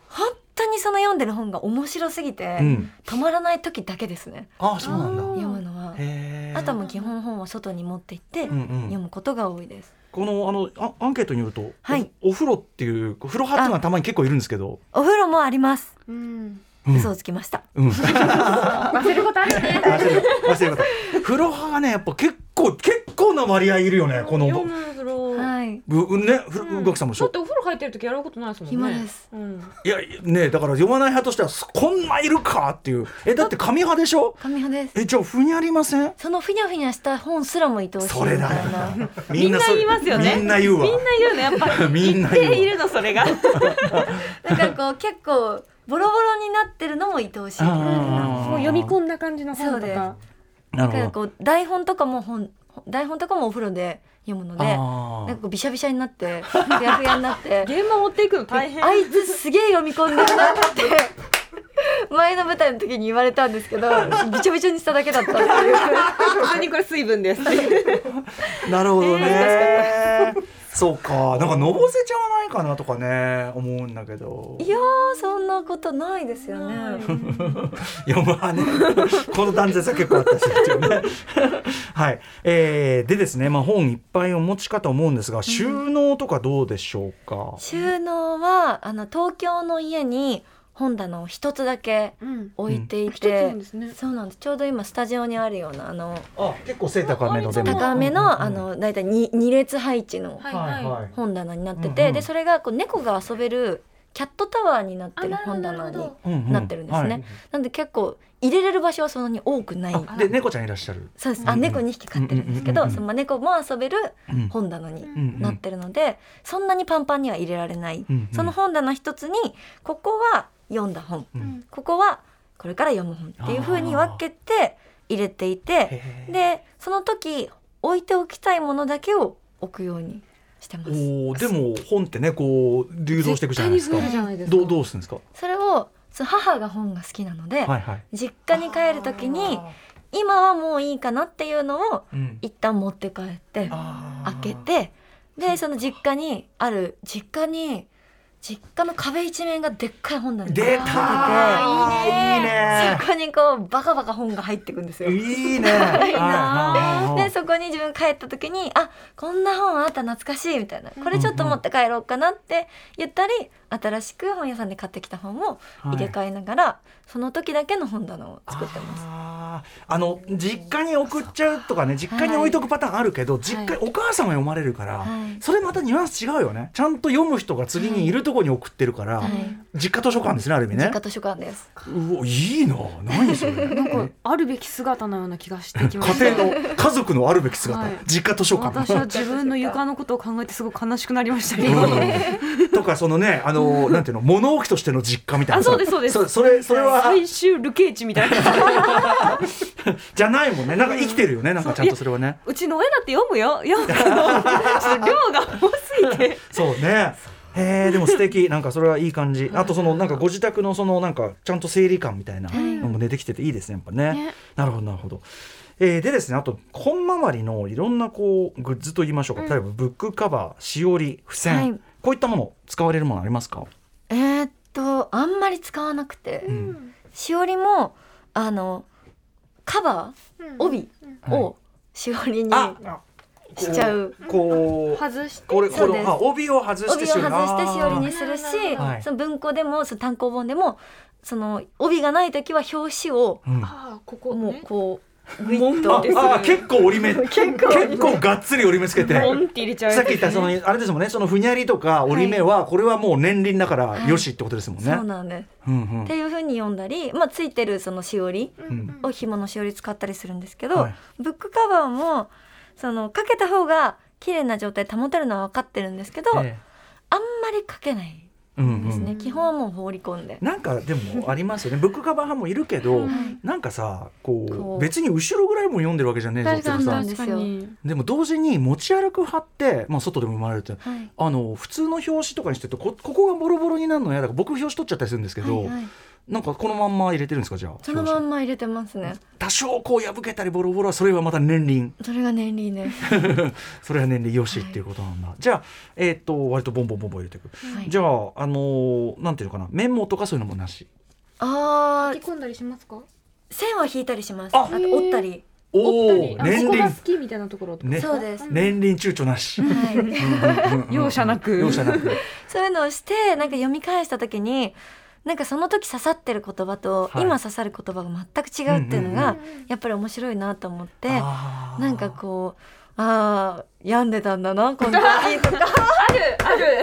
D: 本当にその読んでる本が面白すぎて、
B: うん
D: 止まらない時だけですね
B: ああそうなんだ
C: あー
D: 読むのは
B: へー
D: あとはもう基本本を外に持って行って
B: うんうん
D: 読むことが多いです、
B: このあのあアンケートによると、
D: はい
B: おお風呂っていう風呂派っていうのはたまに結構いるんですけど、
D: お風呂もあります、
C: うん。
B: うん
D: 嘘をつきました
B: うん
C: 忘れることあ
B: <laughs>
C: るね。
B: 忘れる忘れる方風呂派がねやっぱ結構結構な割合いるよねこの
C: 読む風呂。
D: はい
B: ぶぶねふ宇垣さんもでし
C: だっ
B: ょ
C: てお風呂入ってる時やることないですもんね。
D: 暇です
C: うん。
B: いやねだから読まない派としてはそこんないるかっていうえだって紙派でしょ
D: 神派です
B: えじゃあふにありません
D: そのふにゃふにゃした本すらも愛おしいみ
B: それだ
D: たいな
B: みんなそれ
C: みんな言いますよね
B: みんな言うわ
C: みんな言うのやっぱ
B: <laughs>
C: り。
B: みんな言うわ
C: 言っているのそれが。
D: だからこう結構ボロボロになってるのも愛おしいみたいな
B: あー
C: もう読み込んだ感じの本
D: そう
C: と
D: で
C: か。
B: な
D: だから
B: るほ
D: こう台本とかも本台本とかもお風呂で読むのでなん
B: あ
D: か
B: ー
D: こうびしゃびしゃになってふやふやになって
C: 現場持っていくの大変
D: あいつすげえ読み込んでるなって
B: <laughs>
D: 前の舞台の時に言われたんですけどびちょびちょにしただけだったっていう
C: 本当にこれ水分です
B: なるほどね。そうか、なんかのぼせちゃわないかなとかね、思うんだけど。
D: いやーそんなことないですよね
B: いやまあねこの断絶は結構あったし一応ね <laughs> はい、えー、でですね、まあ、本いっぱいお持ちかと思うんですが収納とかどうでしょうか、
D: 収納はあの東京の家に本棚を一つだけ
E: うん。
D: 置いてい
E: 一つな
D: て
E: ん、ですね。
D: そうなんですちょうど今スタジオにあるようなあの
B: あ結構背高めのでも
D: 高め
B: うんうんうん
D: のあの大体 2, 2列配置の
C: はい
B: はいはい
D: 本棚になって
B: うん
D: て、
B: うん
D: でそれがこう猫が遊べるキャットタワーになってる本棚に
B: うんう
D: なってるんですね
B: はい
D: なんで結構入れれる場所はそんなに多くない
B: あで猫ちゃんいらっしゃる、
D: そうです、
B: う
D: あ
B: んうん
D: 猫2匹飼ってるんですけ
B: うん
D: ど
B: うんうん
D: その猫も遊べる
B: うん
D: 本棚に
B: うんうん
D: なってるのでそんなにパンパンには入れられない
B: うんうん
D: その本棚一つにここは読んだ本
B: うん
D: ここはこれから読む本っていう風に分けて入れていて
B: へー
D: でその時置いておきたいものだけを置くようにしてます。
B: おーでも本ってねこう流動していくじゃないですか
E: 絶対に増えるじゃないですか
B: どうどうするんですか
D: それをその母が本が好きなので
B: はいはい
D: 実家に帰る時に今はもういいかなっていうのを
B: うん
D: 一旦持って帰って
B: あ
D: 開け
B: ー
D: てでその実家にある実家に実家の壁一面がでっかい本棚に
B: 出た
D: て
B: ーいいね
D: そこにこうバカバカ本が入ってくんですよ。 <laughs>
B: いいね。はいはいは
D: で
B: い
D: そこに自分帰った時に「あこんな本あった懐かしい」みたいなこれちょっと持って帰ろうかなって言ったり新しく本屋さんで買ってきた本を入れ替えながら、その時だけの本棚を作ってます。
B: あーあの実家に送っちゃうとかね実家に置いとくパターンあるけど、実家お母さんが読まれるから、
D: はい
B: それまたニュアンス違うよねちゃんと読む人が次にいるところに送ってるから、
D: はい
B: 実家図書館ですねある意味ね
D: 実家図書館です。
B: うおいいな何それ
C: なんかあるべき姿のような気がしてきました
B: 家庭の家族のあるべき姿、
C: はい
B: 実家図書館
C: 私は自分の床のことを考えてすごく悲しくなりましたけど、
B: <laughs> うんとかそのねあのなんていうの物置としての実家みたいな
C: あ
B: さ
C: そうですそうです
B: そそれそれは
C: 最終流刑地みたいな <laughs>
B: じゃないもんねなんか生きてるよねなんかちゃんとそれはね
C: うちの親だって読むよ読むけどちょっと量が多すぎて
B: そうね。へえでも素敵 <laughs> なんかそれはいい感じあとそのなんかご自宅のそのなんかちゃんと整理感みたいなのも出てきてていいですねやっぱねなるほどなるほど、えーでですねあと本周りのいろんなこうグッズといいましょうか、例えばブックカバーしおり付箋、
D: はい
B: こういったもの使われるものありますか、
D: えーっとあんまり使わなくて、
B: うん
D: しおりもあのカバー帯
B: はい
D: をしおりに
B: ああ
D: しちゃう。
B: こう
E: 外して。
B: これこ
D: そう
B: れ
D: です
B: あ帯を外して
D: 帯を外してしおり
B: あ
D: に
B: ー
D: するし
B: はい、
D: その文庫でもその単行本でもその帯がない時は表紙を
B: うん
E: ああ、ここ
D: もう
E: ね。
D: こうグイ
C: モン
D: ッ
C: と
D: と
B: ああ結構折り目結構がっつり折り目つけて
C: ポンって入れちゃう
B: さっき言ったそ
D: <laughs>
B: のあれですもんねそのふにゃりとか折り目はこれはもう年輪だから
D: い
B: よしってことですも <laughs> んね。
D: そうなんです。
B: うんうん
D: っていう風に読んだり、まあついてるそのしおり
B: うん
D: を紐のしおり使ったりするんですけど、
B: はい
D: ブックカバーもそのかけた方が綺麗な状態保てるのは分かってるんですけど、
B: え
D: あんまりかけない
B: えうんうん
D: ですね。基本はもう放り込んで。
B: なんかでもありますよねブックカバー派もいるけどなんかさこ
D: こ
B: う
D: う
B: 別に後ろぐらいも読んでるわけじゃねえぞとか
D: そうな
B: さ
D: んですよ
B: でも同時に持ち歩く派って、まあ、外でも生まれるって
D: はい。
B: あの普通の表紙とかにしてるとこここがボロボロになるの嫌だから僕表紙取っちゃったりするんですけど、
D: はいはい
B: なんかこのまんま入れてるんですかじゃあ
D: そのま
B: 表紙
D: んま入れてますね。
B: 多少こう破けたりボロボロはそれはまた年輪
D: それが年輪です。
B: それは年齢よしっていうことなんだ、じゃあ、えー、と割とボンボンボンボン入れていく、
D: はい
B: じゃあ、あのーなんていうのかなメモとかそういうのもなし
D: ああ
E: 書き、込んだりしますか。
D: 線は引いたりします。
B: あ
D: あと折ったり。
B: おー
E: 折ったりあ
B: 年
E: ここが
B: 輪
E: 好きみたいなところとか。
B: ね
D: そうです。
B: 年輪躊躇なし
D: はい。
C: 容赦なく
B: 容赦なく
D: そういうのをして、なんか読み返した時に。なんかその時刺さってる言葉と、
B: はい
D: 今刺さる言葉が全く違うっていうの
B: う
D: が、やっぱり面白いなと思って。
B: あー
D: なんかこう、ああ、病んでたんだな、この時と <laughs> か。ある、ある。なんで、なんで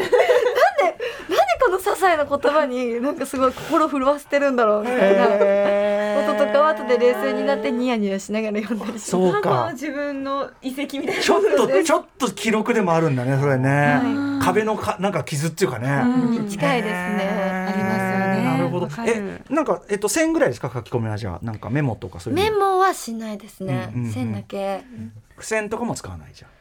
D: この些細な言葉に、なんかすごい心震わせてるんだろうみたいな。
B: へー
D: こととかは後で冷静になってニヤニヤしながら読んだりして。
B: そう
C: まあ
B: か
C: 自分の遺跡みたいな
B: ちょっとちょっと記録でもあるんだねそれね、
D: は
B: 壁のかなんか傷っていうかね、
C: うん
D: 近いですね。
B: あ
C: りますよね
B: なるほど
C: わかる
B: えなんかえっと線ぐらいですか書き込みはじゃあなんかメモとかそういう
D: メ
B: の
D: モはしないですね
B: うんうんうん。
D: 線だけ。
B: 付箋とかも使わないじゃん、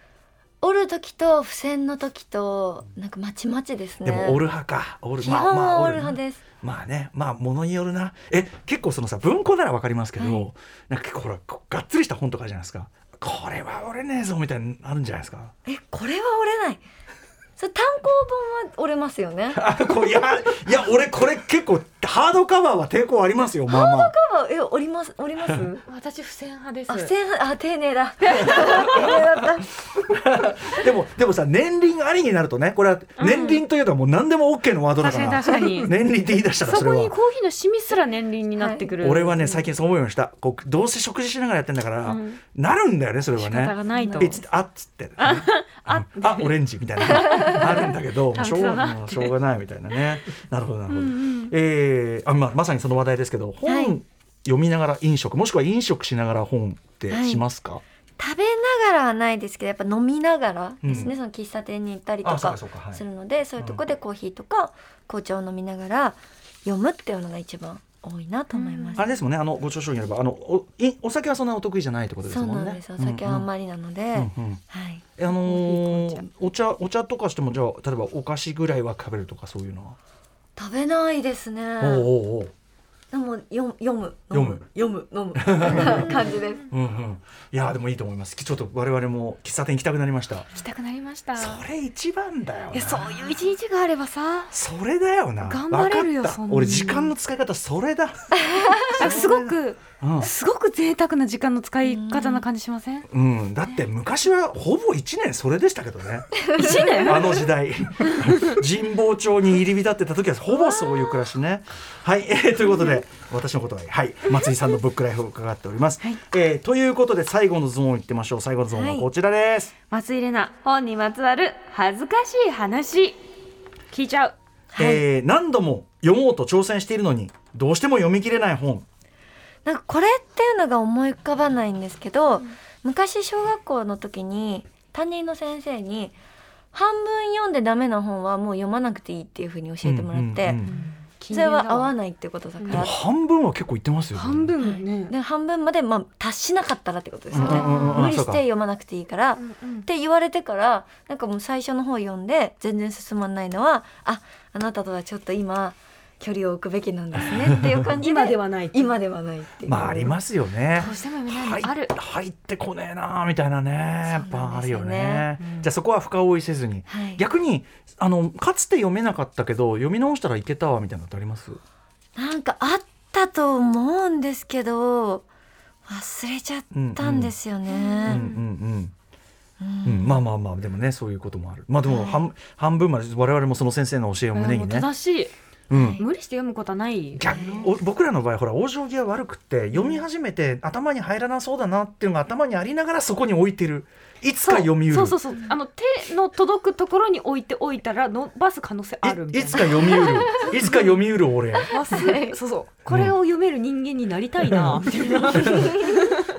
D: 折る時と付箋の時となんかまちまちですね
B: でも折る派か折る
D: 基本は折る
B: な
D: 派です、
B: まあねまあものによるなえ結構そのさ文庫ならわかりますけど、
D: は
B: なんか結構ほらこうがっつりした本とかあるじゃないですかこれは折れねえぞみたいになるんじゃないですか
D: えこれは折れないそれ単行本は折れますよ
B: <laughs>
D: ね
B: あこういやいや俺これ結構ハードカバーは抵抗ありますよまあまあ
D: あえ折ります折ります
B: <laughs>
C: 私付箋派です
D: あ付箋派あ丁寧だ丁寧だった
B: でもでもさ年輪ありになるとねこれは年輪というのはもう何でも OK のワードだ
C: 確
B: か
C: かに
B: ら、
C: 確かに
B: 年輪って言い出したら
C: そ
B: それ
C: こに
B: は
C: コーヒーのシミすら年輪になってくる、
B: 俺はね最近そう思うようにしたこうどうせ食事しながらやってんだから、
C: うん
B: なるんだよねそれは
C: 仕方
B: ね。
C: がないと
B: いつあっつって、ああオレンジみたいなあるんだけど
C: ダメ
B: しょう
C: だ
B: が
C: な
B: もうしょうがないみたいなねなるほどなるほど、えーあまあまさにその話題ですけど本、
D: はい
B: 読みながら飲食もしくは飲食しながら本ってしますか、
D: 食べながらはないですけどやっぱ飲みながらですね、
B: うん
D: その喫茶店に行ったりと
B: あそう
D: か
B: かそうかはい
D: するのでそういうとこでコーヒーとか紅茶を飲みながら読むっていうのが一番多いなと思います、
B: あれですもんねあのご著書によればあのおいお酒はそんなお得意じゃないってことです
D: そ
B: も
D: うん
B: ね
D: なんですお酒はあんまりなので、
B: うんうんうん
D: はい
B: えあのー
D: コーヒー
B: お茶お茶とかしてもじゃあ例えばお菓子ぐらいは食べるとかそういうのは、
D: 食べないですね
B: おうおうおう
D: でもよ読む
B: 読む
D: 読む飲
B: <laughs>
D: む感じです
B: うんうんいやーでもいいと思いますちょっと我々も喫茶店行きたくなりました
C: 行きたくなりました
B: それ一番だよ
C: いや
B: な
C: そういう一日があればさ
B: それだよな
C: 頑張れるよ
B: わかった
C: そんなの
B: 俺時間の使い方それだ、
C: あ <laughs> すごく
B: うん
C: すごく贅沢な時間の使い方な感じしません
B: うん、だって昔はほぼ1年それでしたけど
C: <laughs>
B: ね
C: 一年
B: あの時
C: <laughs>
B: 代神保町に入り浸ってた時はほぼそういう暮らしね。はい、えーということで私のことは、はい、松井さんのブックライフを伺っております。えーということで最後のゾーンいってみましょう最後のゾーンはこちらです。
C: 松井玲奈本にまつわる恥ずかしい話聞いちゃう
B: えー何度も読もうと挑戦しているのにどうしても読み切れない本。
D: なんかこれっていうのが思い浮かばないんですけど、昔小学校の時に担任の先生に半分読んでダメな本はもう読まなくていいっていうふうに教えてもらって、
B: うんうんうん
D: それは合わ
C: い
D: ないってことだか
B: で
D: ら、
B: も半分は結構いってますよ、ね。
C: 半分ね、
D: で半分まで、まあ、達しなかったらってことですよ
B: うん
D: ね
B: う。んうんうん
D: 無理し
B: そう
D: て
B: か
D: 読まなくていいから、って言われてからなんかもう最初の方読んで全然進まないのはああなたとはちょっと今距離を置くべきなんですねっていう感じで
C: 今ではないって
D: 今ではないっていう
B: まあありますよね。
C: どうしても読めな
B: 入
C: いのある
B: っ入ってこねえなあみたいなねやっぱあるよね
C: そうなんですよねうん
B: じゃあそこは深追いせずに、
D: はい
B: 逆にあのかつて読めなかったけど読み直したらいけたわみたいなのってあります
D: なんかあったと思うんですけど忘れちゃったんですよね、
B: うんうんうん、うん、まあまあまあでもねそういうこともあるまあでも半,、半分まで我々もその先生の教えを胸に
C: もう
B: ね、
C: 正しい
B: うん、
C: 無理して読むことはない
B: 逆お僕らの場合ほら往生際悪くって読み始めて頭に入らなそうだなっていうのが頭にありながらそこに置いてるいつか読みうる
C: そうそうそうあの手の届くところに置いておいたら伸ばす可能性あるみ
B: い
C: たい
B: い
C: な
B: つか読みうるいつか読みうる俺
C: 忘れそうそうこれを読める人間になりたいなみたいな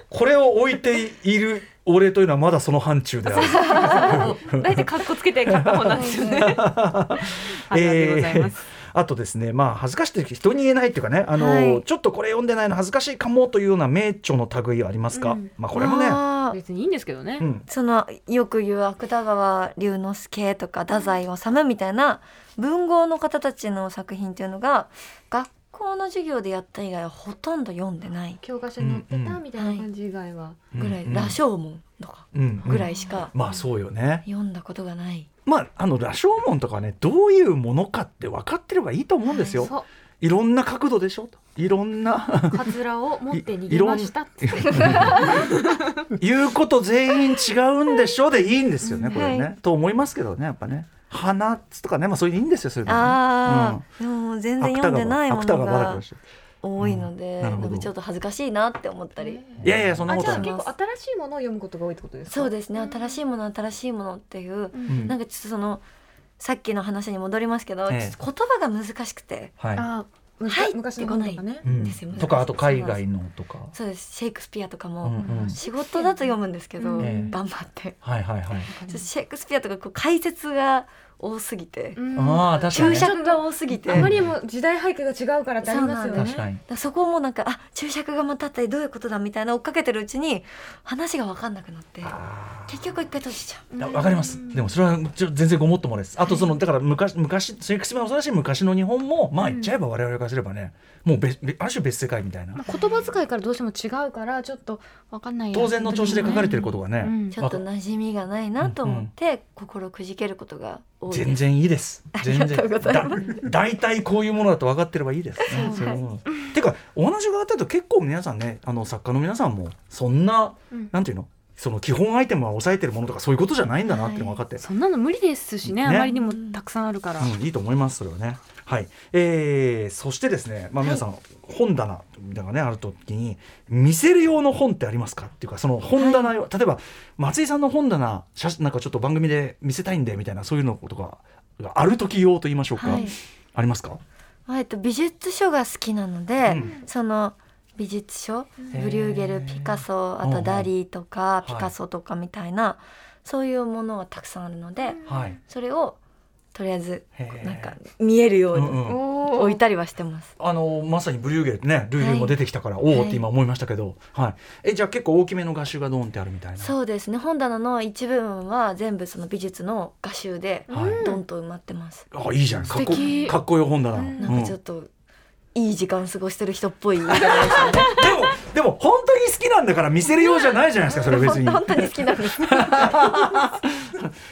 B: これを置いている俺というのはまだその範疇である。 <laughs>
C: 大体カッコつけてカッコ本なんですよねありがとうございます、
B: えーあとですね、まあ、恥ずかしくて人に言えないっていうかねあの、
D: はい
B: ちょっとこれ読んでないの恥ずかしいかもというような名著の類はありますか、
C: うん
B: まあ、これもね、
D: あー
C: 別にいいんですけどね、
B: うん、
D: そのよく言う芥川龍之介とか太宰治みたいな文豪の方たちの作品っていうのが学校の授業でやった以外はほとんど読んでない
C: 教科書
B: に載ってた
C: み
D: たいな感
C: じ以外は、
D: ぐらい、
B: うん
D: 羅生門とか
B: うん
D: ぐらいしか
B: まあそうよね。
D: 読んだことがない。
B: まああの羅生門とかねどういうものかって分かってればいいと思うんですよ。
C: そ
B: いろんな角度でしょといろんな
C: うカツラを持って逃げましたって
D: <laughs>
B: 言うこと全員違うんでしょでいいんですよねこれね。
D: は
B: と思いますけどねやっぱね。花とかねまあそれでいいんですよそれでもね、
D: ああ、もう全然読んでないも
B: 芥
D: の
B: 川芥川だ
D: が
B: けど
D: 多いので、
B: うんな
D: な
B: るほど
D: んかちょっと恥ずかしいなって思ったり。
B: いやいやそんな
C: あ
B: こ
C: じ
B: と
C: ゃあ
B: ない。
C: 結構新しいものを読むことが多いってことですか
D: そうですね、
C: うん
D: 新しいもの新しいものっていう、
B: うん
D: なんかちょっとそのさっきの話に戻りますけど、
B: ええ
D: ちょっと言葉が難しくて、
B: はい。
C: あむか
D: はい
C: 昔の本とかね
B: うん
D: ですよね
B: とかあと海外のとか。
D: そうですシェイクスピアとか
B: うんう
D: も、
B: ん。
D: 仕事だと読むんですけど、
C: うん
B: ええ
D: 頑張って、
B: はいはいはい。
D: ちょっとシェイクスピアとかこう解説が多すぎて、
B: ああ確
D: 注
B: かに、ね、
D: 釈が多すぎて
E: あまりにも時代背景が違うからってありますよ
D: そうなんだ
E: ね
B: 確かに
D: だからそこもなんかあ注釈がまたあったりどういうことだみたいな追っかけてるうちに話が分かんなくなって
B: あ
D: 結局一回閉じちゃう
B: ーだわかりますでもそれはちょ全然ごもっともですあとそのだから昔昔セックスも恐らしい昔の日本もまあ言っちゃえば我々からすればね、もう別別ある種別世界みたいな
E: まあ言葉遣いからどうしても違うからちょっとわかんないや
B: 当然の調子で書かれてることがね、
E: うん
D: ちょっと馴染みがないなと思って心くじけることが多いです
B: 全然いいです。全然
D: ありがとうございます
B: だ大体こういうものだと分かってればいいです、ね。そういうものてかお話伺ったと結構皆さんねあの作家の皆さんもそんな、
E: うん
B: なんていうのその基本アイテムは抑えてるものとかそういうことじゃないんだなっていうのが分かって、
E: そんなの無理ですしね
B: ね
E: あまりにもたくさんあるから、
B: うん、いいと思いますそれはね。はい、えー、そしてですね、まあ、皆さん、本棚みたいなのがねある時に見せる用の本ってありますかっていうかその本棚用、例えば松井さんの本棚写真なんかちょっと番組で見せたいんでみたいなそういうのとかがある時用と言いましょうか、
D: はい
B: ありますか
D: まあえっと、美術書が好きなので、
B: うん
D: その美術書ブリューゲルピカソあ
B: うんう
D: と
B: ん
D: ダリーとか
B: い
D: ピカソとかみたいな、そういうものはたくさんあるので
B: はい
D: それをとりあえず
B: へー
D: なんか見えるよう
B: うんうん
D: に置いたりはしてます。
B: あのまさにブリューゲルってねルイルも出てきたから、おおって今思いましたけど、はいえじゃあ結構大きめの画集がドーンってあるみたいな
D: そうですね本棚の一部分は全部その美術の画集で
B: はい
D: ドンと埋まってます。
B: あいいじゃんかっこ
E: 素敵
B: かっこよ本棚、うん
D: なんかちょっといい時間過ごしてる人っぽいじゃないですかね。
B: でもでも本当に好きなんだから見せるようじゃないじゃないですかそれ別に
D: 本当に好きなんです。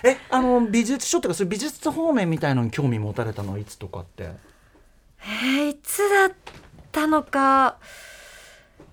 B: えあの美術書とかそういう美術方面みたいのに興味持たれたのはいつとかって
D: えーいつだったのか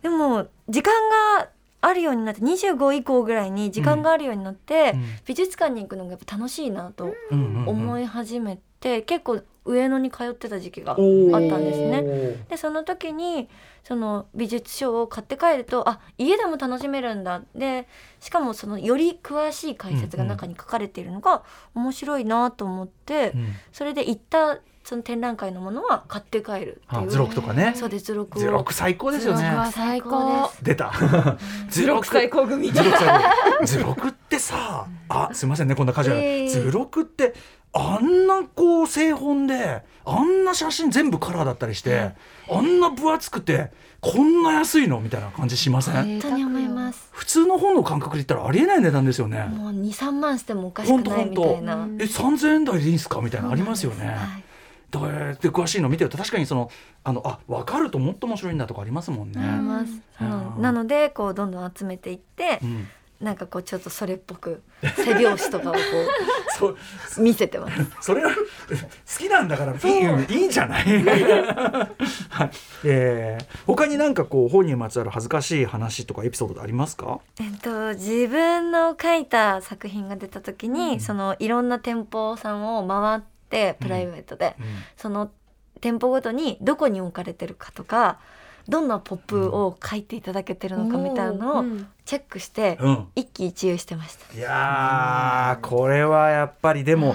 D: でも時間があるようになって25以降ぐらいに時間があるようになって、
B: うん
D: 美術館に行くのがやっぱ楽しいなと思
B: い
D: い始めて、結構上野に通ってた時期があった
B: あ
D: んですね。
B: ね
D: でその時にその美術書を買って帰るとあ家でも楽しめるんだでしかもそのより詳しい解説が中に書かれているのが面白いなと思って、それで行ったその展覧会のものは買って帰るっていう
B: 図録とかね
D: そうです図録を
B: 図録最高ですよ
E: 図録
B: ね
E: は最高
B: 出た <laughs> 図録最高組図録最高図録ってさあすいませんねこんなカジュアルな、
D: ええ
B: 図録ってあんなこう製本であんな写真全部カラーだったりしてあんな分厚くてこんな安いのみたいな感じしません、
D: 本当に思います
B: 普通の本の感覚で言ったらありえない値段ですよね。
D: もう二三万してもおかしくないみたいな、
E: ほんとほんと
B: え3000円台でいいんすかみたいなのありますよね。
D: はい
B: だからで詳しいの見てると確かにそのあのあ分かるともっと面白いんだとかありますもんね。
D: 思います
B: うん
D: うんなのでこうどんどん集めていって、
B: うん、
D: なんかこうちょっとそれっぽく背拍子とかをこ
B: そう
D: 見せてます
B: <laughs> それは好きなんだからいいいいんじゃ <laughs> ない、はいえー、他になんかこう本にまつわる恥ずかしい話とかエピソードありますか、
D: えっと自分の書いた作品が出た時に、
B: うん
D: そのいろんな店舗さんを回ってプライベートで、その店舗ごとにどこに置かれてるかとかどんなポップを書いていただけてるのかみたいなのを
E: うん
D: チェックして
B: うん
D: 一喜一憂してました。
B: いやーこれはやっぱりでも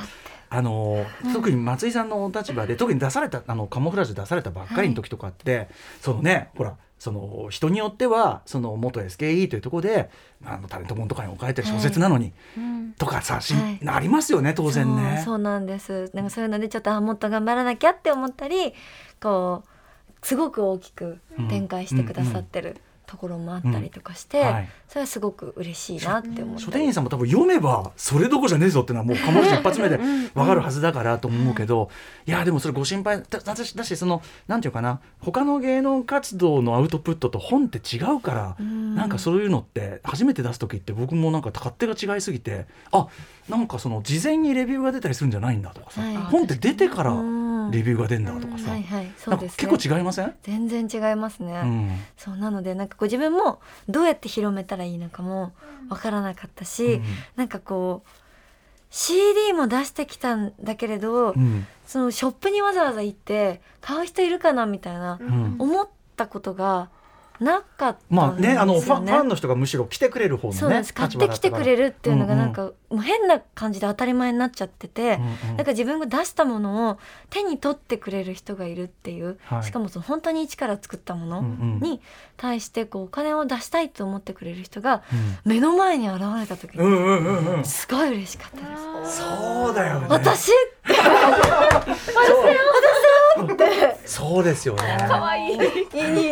B: あのー特に松井さんのお立場で特に出されたあのカモフラージュ出されたばっかりの時とかって、そのねほらその人によってはその元 SKE というところであのタレント本とかに置かれてる小説なのに、
E: うん
B: とかさ、し
D: はい
B: ありますよね当然ね。
D: そうそうなんですなんかそういうのでちょっとあもっと頑張らなきゃって思ったりこうすごく大きく展開してくださってるところもあったりとかして、
B: うんうんはい
D: それはすごく嬉しいなって思っ
B: 書
D: た
B: 店
D: り
B: 員さんも多分読めばそれどころじゃねえぞっていうのはもうカモフラージュ一発目でわかるはずだからと思うけどいやでもそれご心配だだだしだしそのなんていうかな他の芸能活動のアウトプットと本って違うから
D: ん
B: なんかそういうのって初めて出す時って僕もなんか勝手が違いすぎてあなんかその事前にレビューが出たりするんじゃないんだとかさ
D: はい
B: 本って出てから
D: うん
B: レビューが出るんだとかさ
D: はい
B: な
D: はいそうん
B: か
D: です
B: 結
D: ね
B: 構違いません
D: 全然違いますね、
B: うん
D: そうなのでなんかご自分もどうやって広めたらいいのかもわからなかったし、
B: うん
D: なんかこう CD も出してきたんだけれど、
B: うん
D: そのショップにわざわざ行って買う人いるかなみたいな
B: うん
D: 思ったことがなかったんですよね。
B: まあねあのファンファンの人がむしろ来てくれる方のね
D: そうなんです買ってきてくれ
B: る、
D: るっていうのが
B: うんうん
D: なんか、もう変な感じで当たり前になっちゃってて、
B: うんうん
D: なんか自分が出したものを手に取ってくれる人がいるっていう、
B: はい
D: しかもその本当に一から作ったも
B: う
D: の
B: んうん
D: に対してこうお金を出したいと思ってくれる人が
B: うん
D: 目の前に現れた時
B: う
D: に
B: んうんうんうん
D: すごい嬉しかったです。
B: そうだよね
D: 私
B: そうですよね
C: 可愛い。
D: に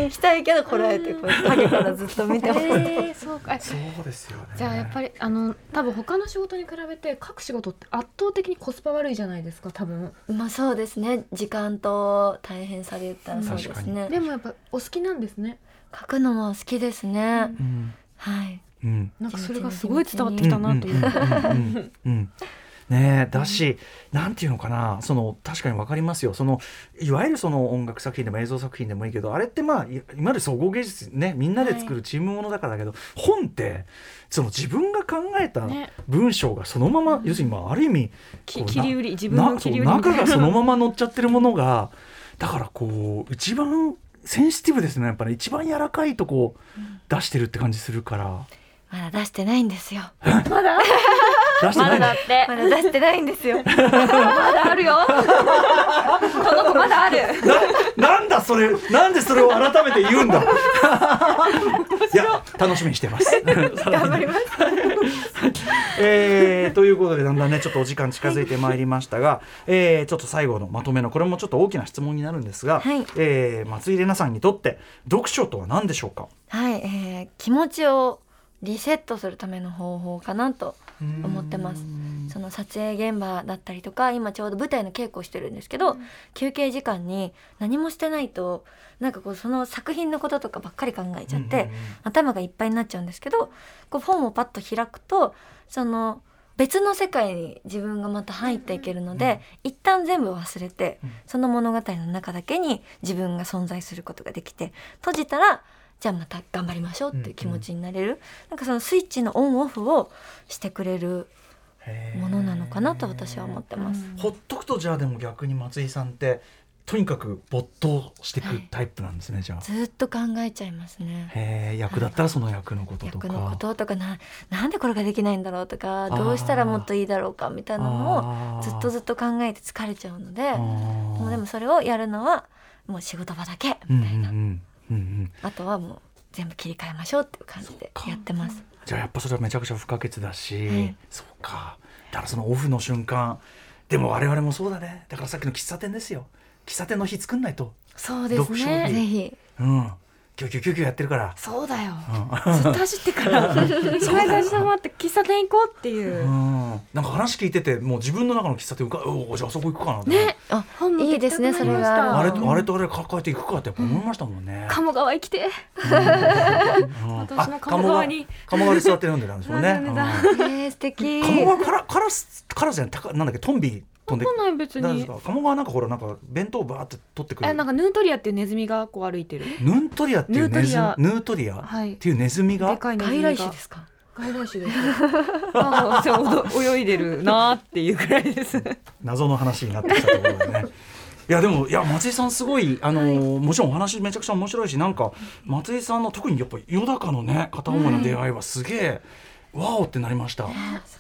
D: 行きたいけどこらえてこう影からずっと見て
B: <laughs>
D: ます。
C: えー、そうか。え
B: そうですよね
C: じゃあやっぱりあの多分他の仕事に比べて各仕事って圧倒的にコスパ悪いじゃないですか多分
D: まあそうですね時間と大変さで言ったらそうですね
C: でもやっぱお好きなんですね
D: 書くのも好きですね、
B: うん
D: はい
B: うん
C: なんかそれがすごい伝わってきたなという、
B: うんうんうんうんうんねえだし、なんていうのかなその確かに分かりますよそのいわゆるその音楽作品でも映像作品でもいいけどあれってまあいいわゆる総合芸術ねみんなで作るチームものだからだけど、本ってその自分が考えた
C: ね
B: 文章がそのまま、要するにまあある意味
C: き
B: こう
C: 切り売り自分の
B: な
C: 切
B: そう
C: り売りみ
B: 中
C: たいな
B: がそのまま乗っちゃってるものがだからこう一番センシティブですねやっぱり、一番柔らかいとこ出してるって感じするから
D: まだ出してないんですよ
B: 出してないね
C: <laughs> て
D: まだ出してないんです
B: <laughs>
D: よ
C: まだあ <laughs> るよこの子まだある
B: ななんだそれなんでそれを改めて言うんだいや楽しみにしてます
D: 頑張ります
B: <laughs> えーということでだんだんねちょっとお時間近づいてまいりましたが、えーちょっと最後のまとめのこれもちょっと大きな質問になるんですが、
D: はい
B: えー松井玲奈さんにとって読書とは何でしょうか
D: はい、えー気持ちをリセットするための方法かなと思ってますその撮影現場だったりとか今ちょうど舞台の稽古をしてるんですけど、休憩時間に何もしてないとなんかこうその作品のこととかばっかり考えちゃって、
B: うんうんうん
D: 頭がいっぱいになっちゃうんですけどこう本をパッと開くとその別の世界に自分がまた入っていけるので、一旦全部忘れて、
B: うん
D: その物語の中だけに自分が存在することができて閉じたらじゃあまた頑張りましょうっていう気持ちになれる、なんかそのスイッチのオンオフをしてくれる
B: へー
D: ものなのかなと私は思ってます。
B: ほっとくとじゃあでも逆に松井さんってとにかく没頭していくタイプなんですね、じゃあ。
D: ずっと考えちゃいますね。
B: へえ役だったらその役のこととか。
D: 役のこととかななんでこれができないんだろうとか
B: ー
D: どうしたらもっといいだろうかみたいなの
B: あ
D: を
B: ー
D: ずっとずっと考えて疲れちゃうので
B: あー
D: もうでもそれをやるのはもう仕事場だけ
B: うん
D: み
B: うん
D: たいな、
B: うんうんうん、
D: あとはもう全部切り替えましょうっていう感じでやってます。
B: じゃあやっぱそれはめちゃくちゃ不可欠だし、
D: はい
B: そうかだからそのオフの瞬間でも我々もそうだねだからさっきの喫茶店ですよ喫茶店の日作んないと、
C: そう
B: ですね読書
D: ぜ
B: に
D: ひ
B: うん、キュキュキュキュやってるから、
C: そうだよ
B: うん、
C: ずっと走ってから <laughs> 一回最初回って喫茶店行こうっていううん
B: なんか話聞いててもう自分の中の喫茶店うかおーじゃああそこ行くかなって、ね、
D: あ
C: 本持ってきたく
D: い
C: なりました
D: いですねそれが
B: あれとあれとあれ抱えていくかってやっぱ思いましたもんね。
C: 鴨川行きて
B: うん
C: 私の
B: あ
C: 鴨川に
B: 鴨川に座ってるんでなんですもんね。
C: なんだなん
B: うん
D: えー、素敵
B: 鴨川からカラスカラスじゃないたかなんだっけトンビ飛んで
C: 来ない別
B: なんです
C: に
B: か鴨川なんかほらなんか弁当バーって取ってく
C: え
B: る
C: なんかヌートリアっていうネズミがこう歩いてる
B: ヌントリアっていうネズミ
C: ヌートリア
B: ヌートリア
C: はい
B: っていうネズミ
C: で
B: が
C: かいネズミ
D: 外来
C: が
D: 種ですか
C: 外来種ですなんかそう泳いでるなーっていうくらい <laughs> です
B: 謎の話になってきたところでね。 <laughs> いやでもいや松井さんすごいあのーもちろんお話めちゃくちゃ面白いしなんか松井さんの特にやっぱよだかのね片思いの出会いはすげえ、わおってなりました。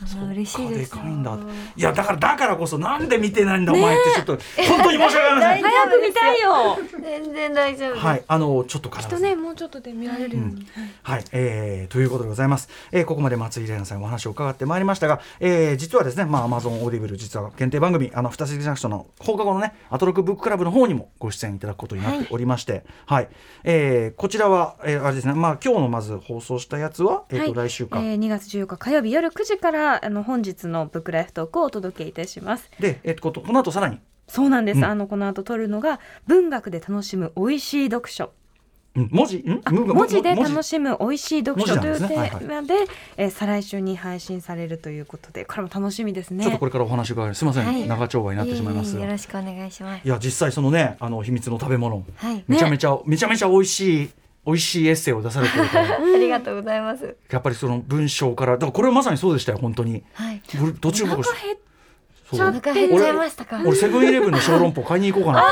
D: そんな嬉しいです
B: そっかでかいんだっていやだからだからこそなんで見てないんだお前ってちょっと本当に申し訳ありません。
D: 早く見たい
C: よ
D: 全然大丈夫です、
B: はい、あのちょっと必
C: きっ
B: ず
C: とねもうちょっとで見られるように、
B: はい、えーということでございます。えーここまで松井玲奈さんにお話を伺ってまいりましたが、えー実はですね、まあ Amazon オーディブル実は限定番組あの二つジャンクションの放課後のねアトロクブッククラブの方にもご出演いただくことになっておりまして、はい、えーこちらは、えーあれですね、まあ今日のまず放送したやつは、えーと来週か。
C: えー、2月14日火曜日夜9時からあの本日のブックライフトークをお届けいたします
B: で、えーとことこの後さらに、
C: そうなんです、
B: うん
C: あのこの後撮るのが文学で楽しむ美味しい読書
B: うん文字、ん
C: あ文字で楽
B: し
C: しむ美味しい読
B: 文字なん
C: 書と
B: で
C: いう
B: す
C: テ
B: ね
C: ーマで、えー再来週に配信されるということでこれも楽しみですね
B: ちょっとこれからお話がすみません、
D: はい
B: 長丁場になってしまいます
D: え
B: が。
D: えよろしくお願いします
B: いや実際そのねあの秘密の食べ物、
D: はい
B: めちゃめちゃ、めちゃめちゃ美味しい美味しいエッセイを出されてるから
D: ありがとうございます
B: やっぱりその文章からだからこれはまさにそうでしたよ本当に
D: はい
B: 俺途中
C: お
B: 僕
C: 腹減っ
D: お
B: そう
D: 腹減っちゃいましたか
B: 俺セブンイレブンの小籠包買いに行こうか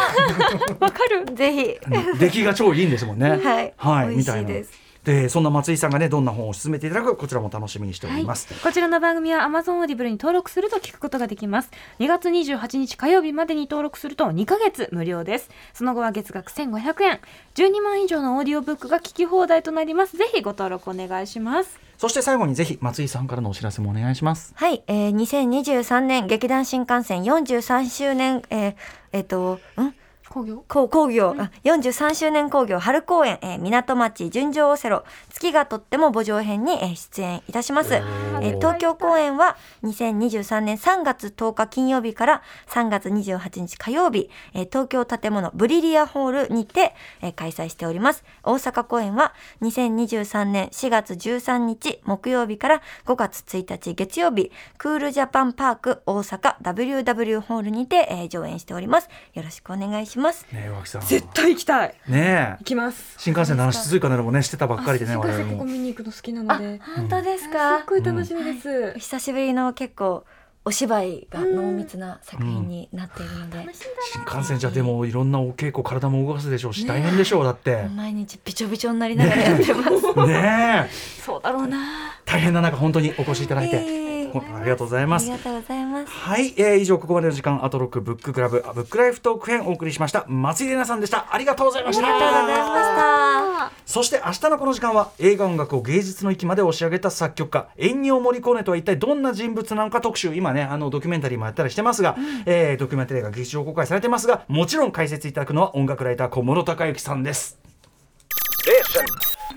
C: わかる
D: ぜひ <laughs>
B: な出来が超いいんですもんね
D: はい
B: はい
D: 美
B: み
D: 味した
B: い
D: い
B: な
D: です
B: でそんな松井さんがねどんな本を勧めていただくかこちらも楽しみにしております、
E: こちらの番組は Amazon オーディブルに登録すると聞くことができます。2月28日火曜日までに登録すると2ヶ月無料です。その後は月額1500円。12万以上のオーディオブックが聞き放題となります。ぜひご登録お願いします。
B: そして最後にぜひ松井さんからのお知らせもお願いします
D: はい、えー、2023年劇団新幹線43周年、えー、えっ、と、ん
C: 工業
D: こう工業、あ43周年工業春公演、えー港町純情オセロ月がとっても墓場編に、えー出演いたします、えー東京公演は2023年3月10日金曜日から3月28日火曜日、えー東京建物ブリリアホールにて、えー開催しております大阪公演は2023年4月13日木曜日から5月1日月曜日クールジャパンパーク大阪 WW ホールにて、えー上演しておりますよろしくお願いします
B: ねえ脇さん
C: 絶対行きたい
B: ねえ
C: 行きます
B: 新幹線の話ついかねるもねしてたばっかりでね
C: あ新
B: 我
C: 幹
B: 々
C: 線ここ
B: も
C: 見に行くの好きなので
D: 本当です
C: す
D: か
C: っ。ごい楽しみです、
D: お久しぶりの結構お芝居が濃密な作品になっているので、
B: 新幹線じゃでもいろんなお稽古体も動かすでしょうし大変でしょうだってね
D: 毎日びちょびちょになりながらやってます。
B: え
C: そうだろうな
B: 大変な中本当にお越しいただいて
D: ええ
B: 本当にありがとうござい
D: あ
B: ます
D: りがとうございます。
B: はい、えー以上ここまでの時間アトロックブッククラブブックライフトーク編お送りしました松井玲奈さんでしたありがとうございました
D: ありがとうございました。
B: そして明日のこの時間は映画音楽を芸術の域まで押し上げた作曲家エンニオ・モリコーネとは一体どんな人物なのか特集今ねあのドキュメンタリーもやったりしてますが、えードキュメンタリーが劇場公開されてますがもちろん解説いただくのは音楽ライター小室孝之さんです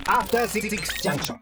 F: After Six Junction.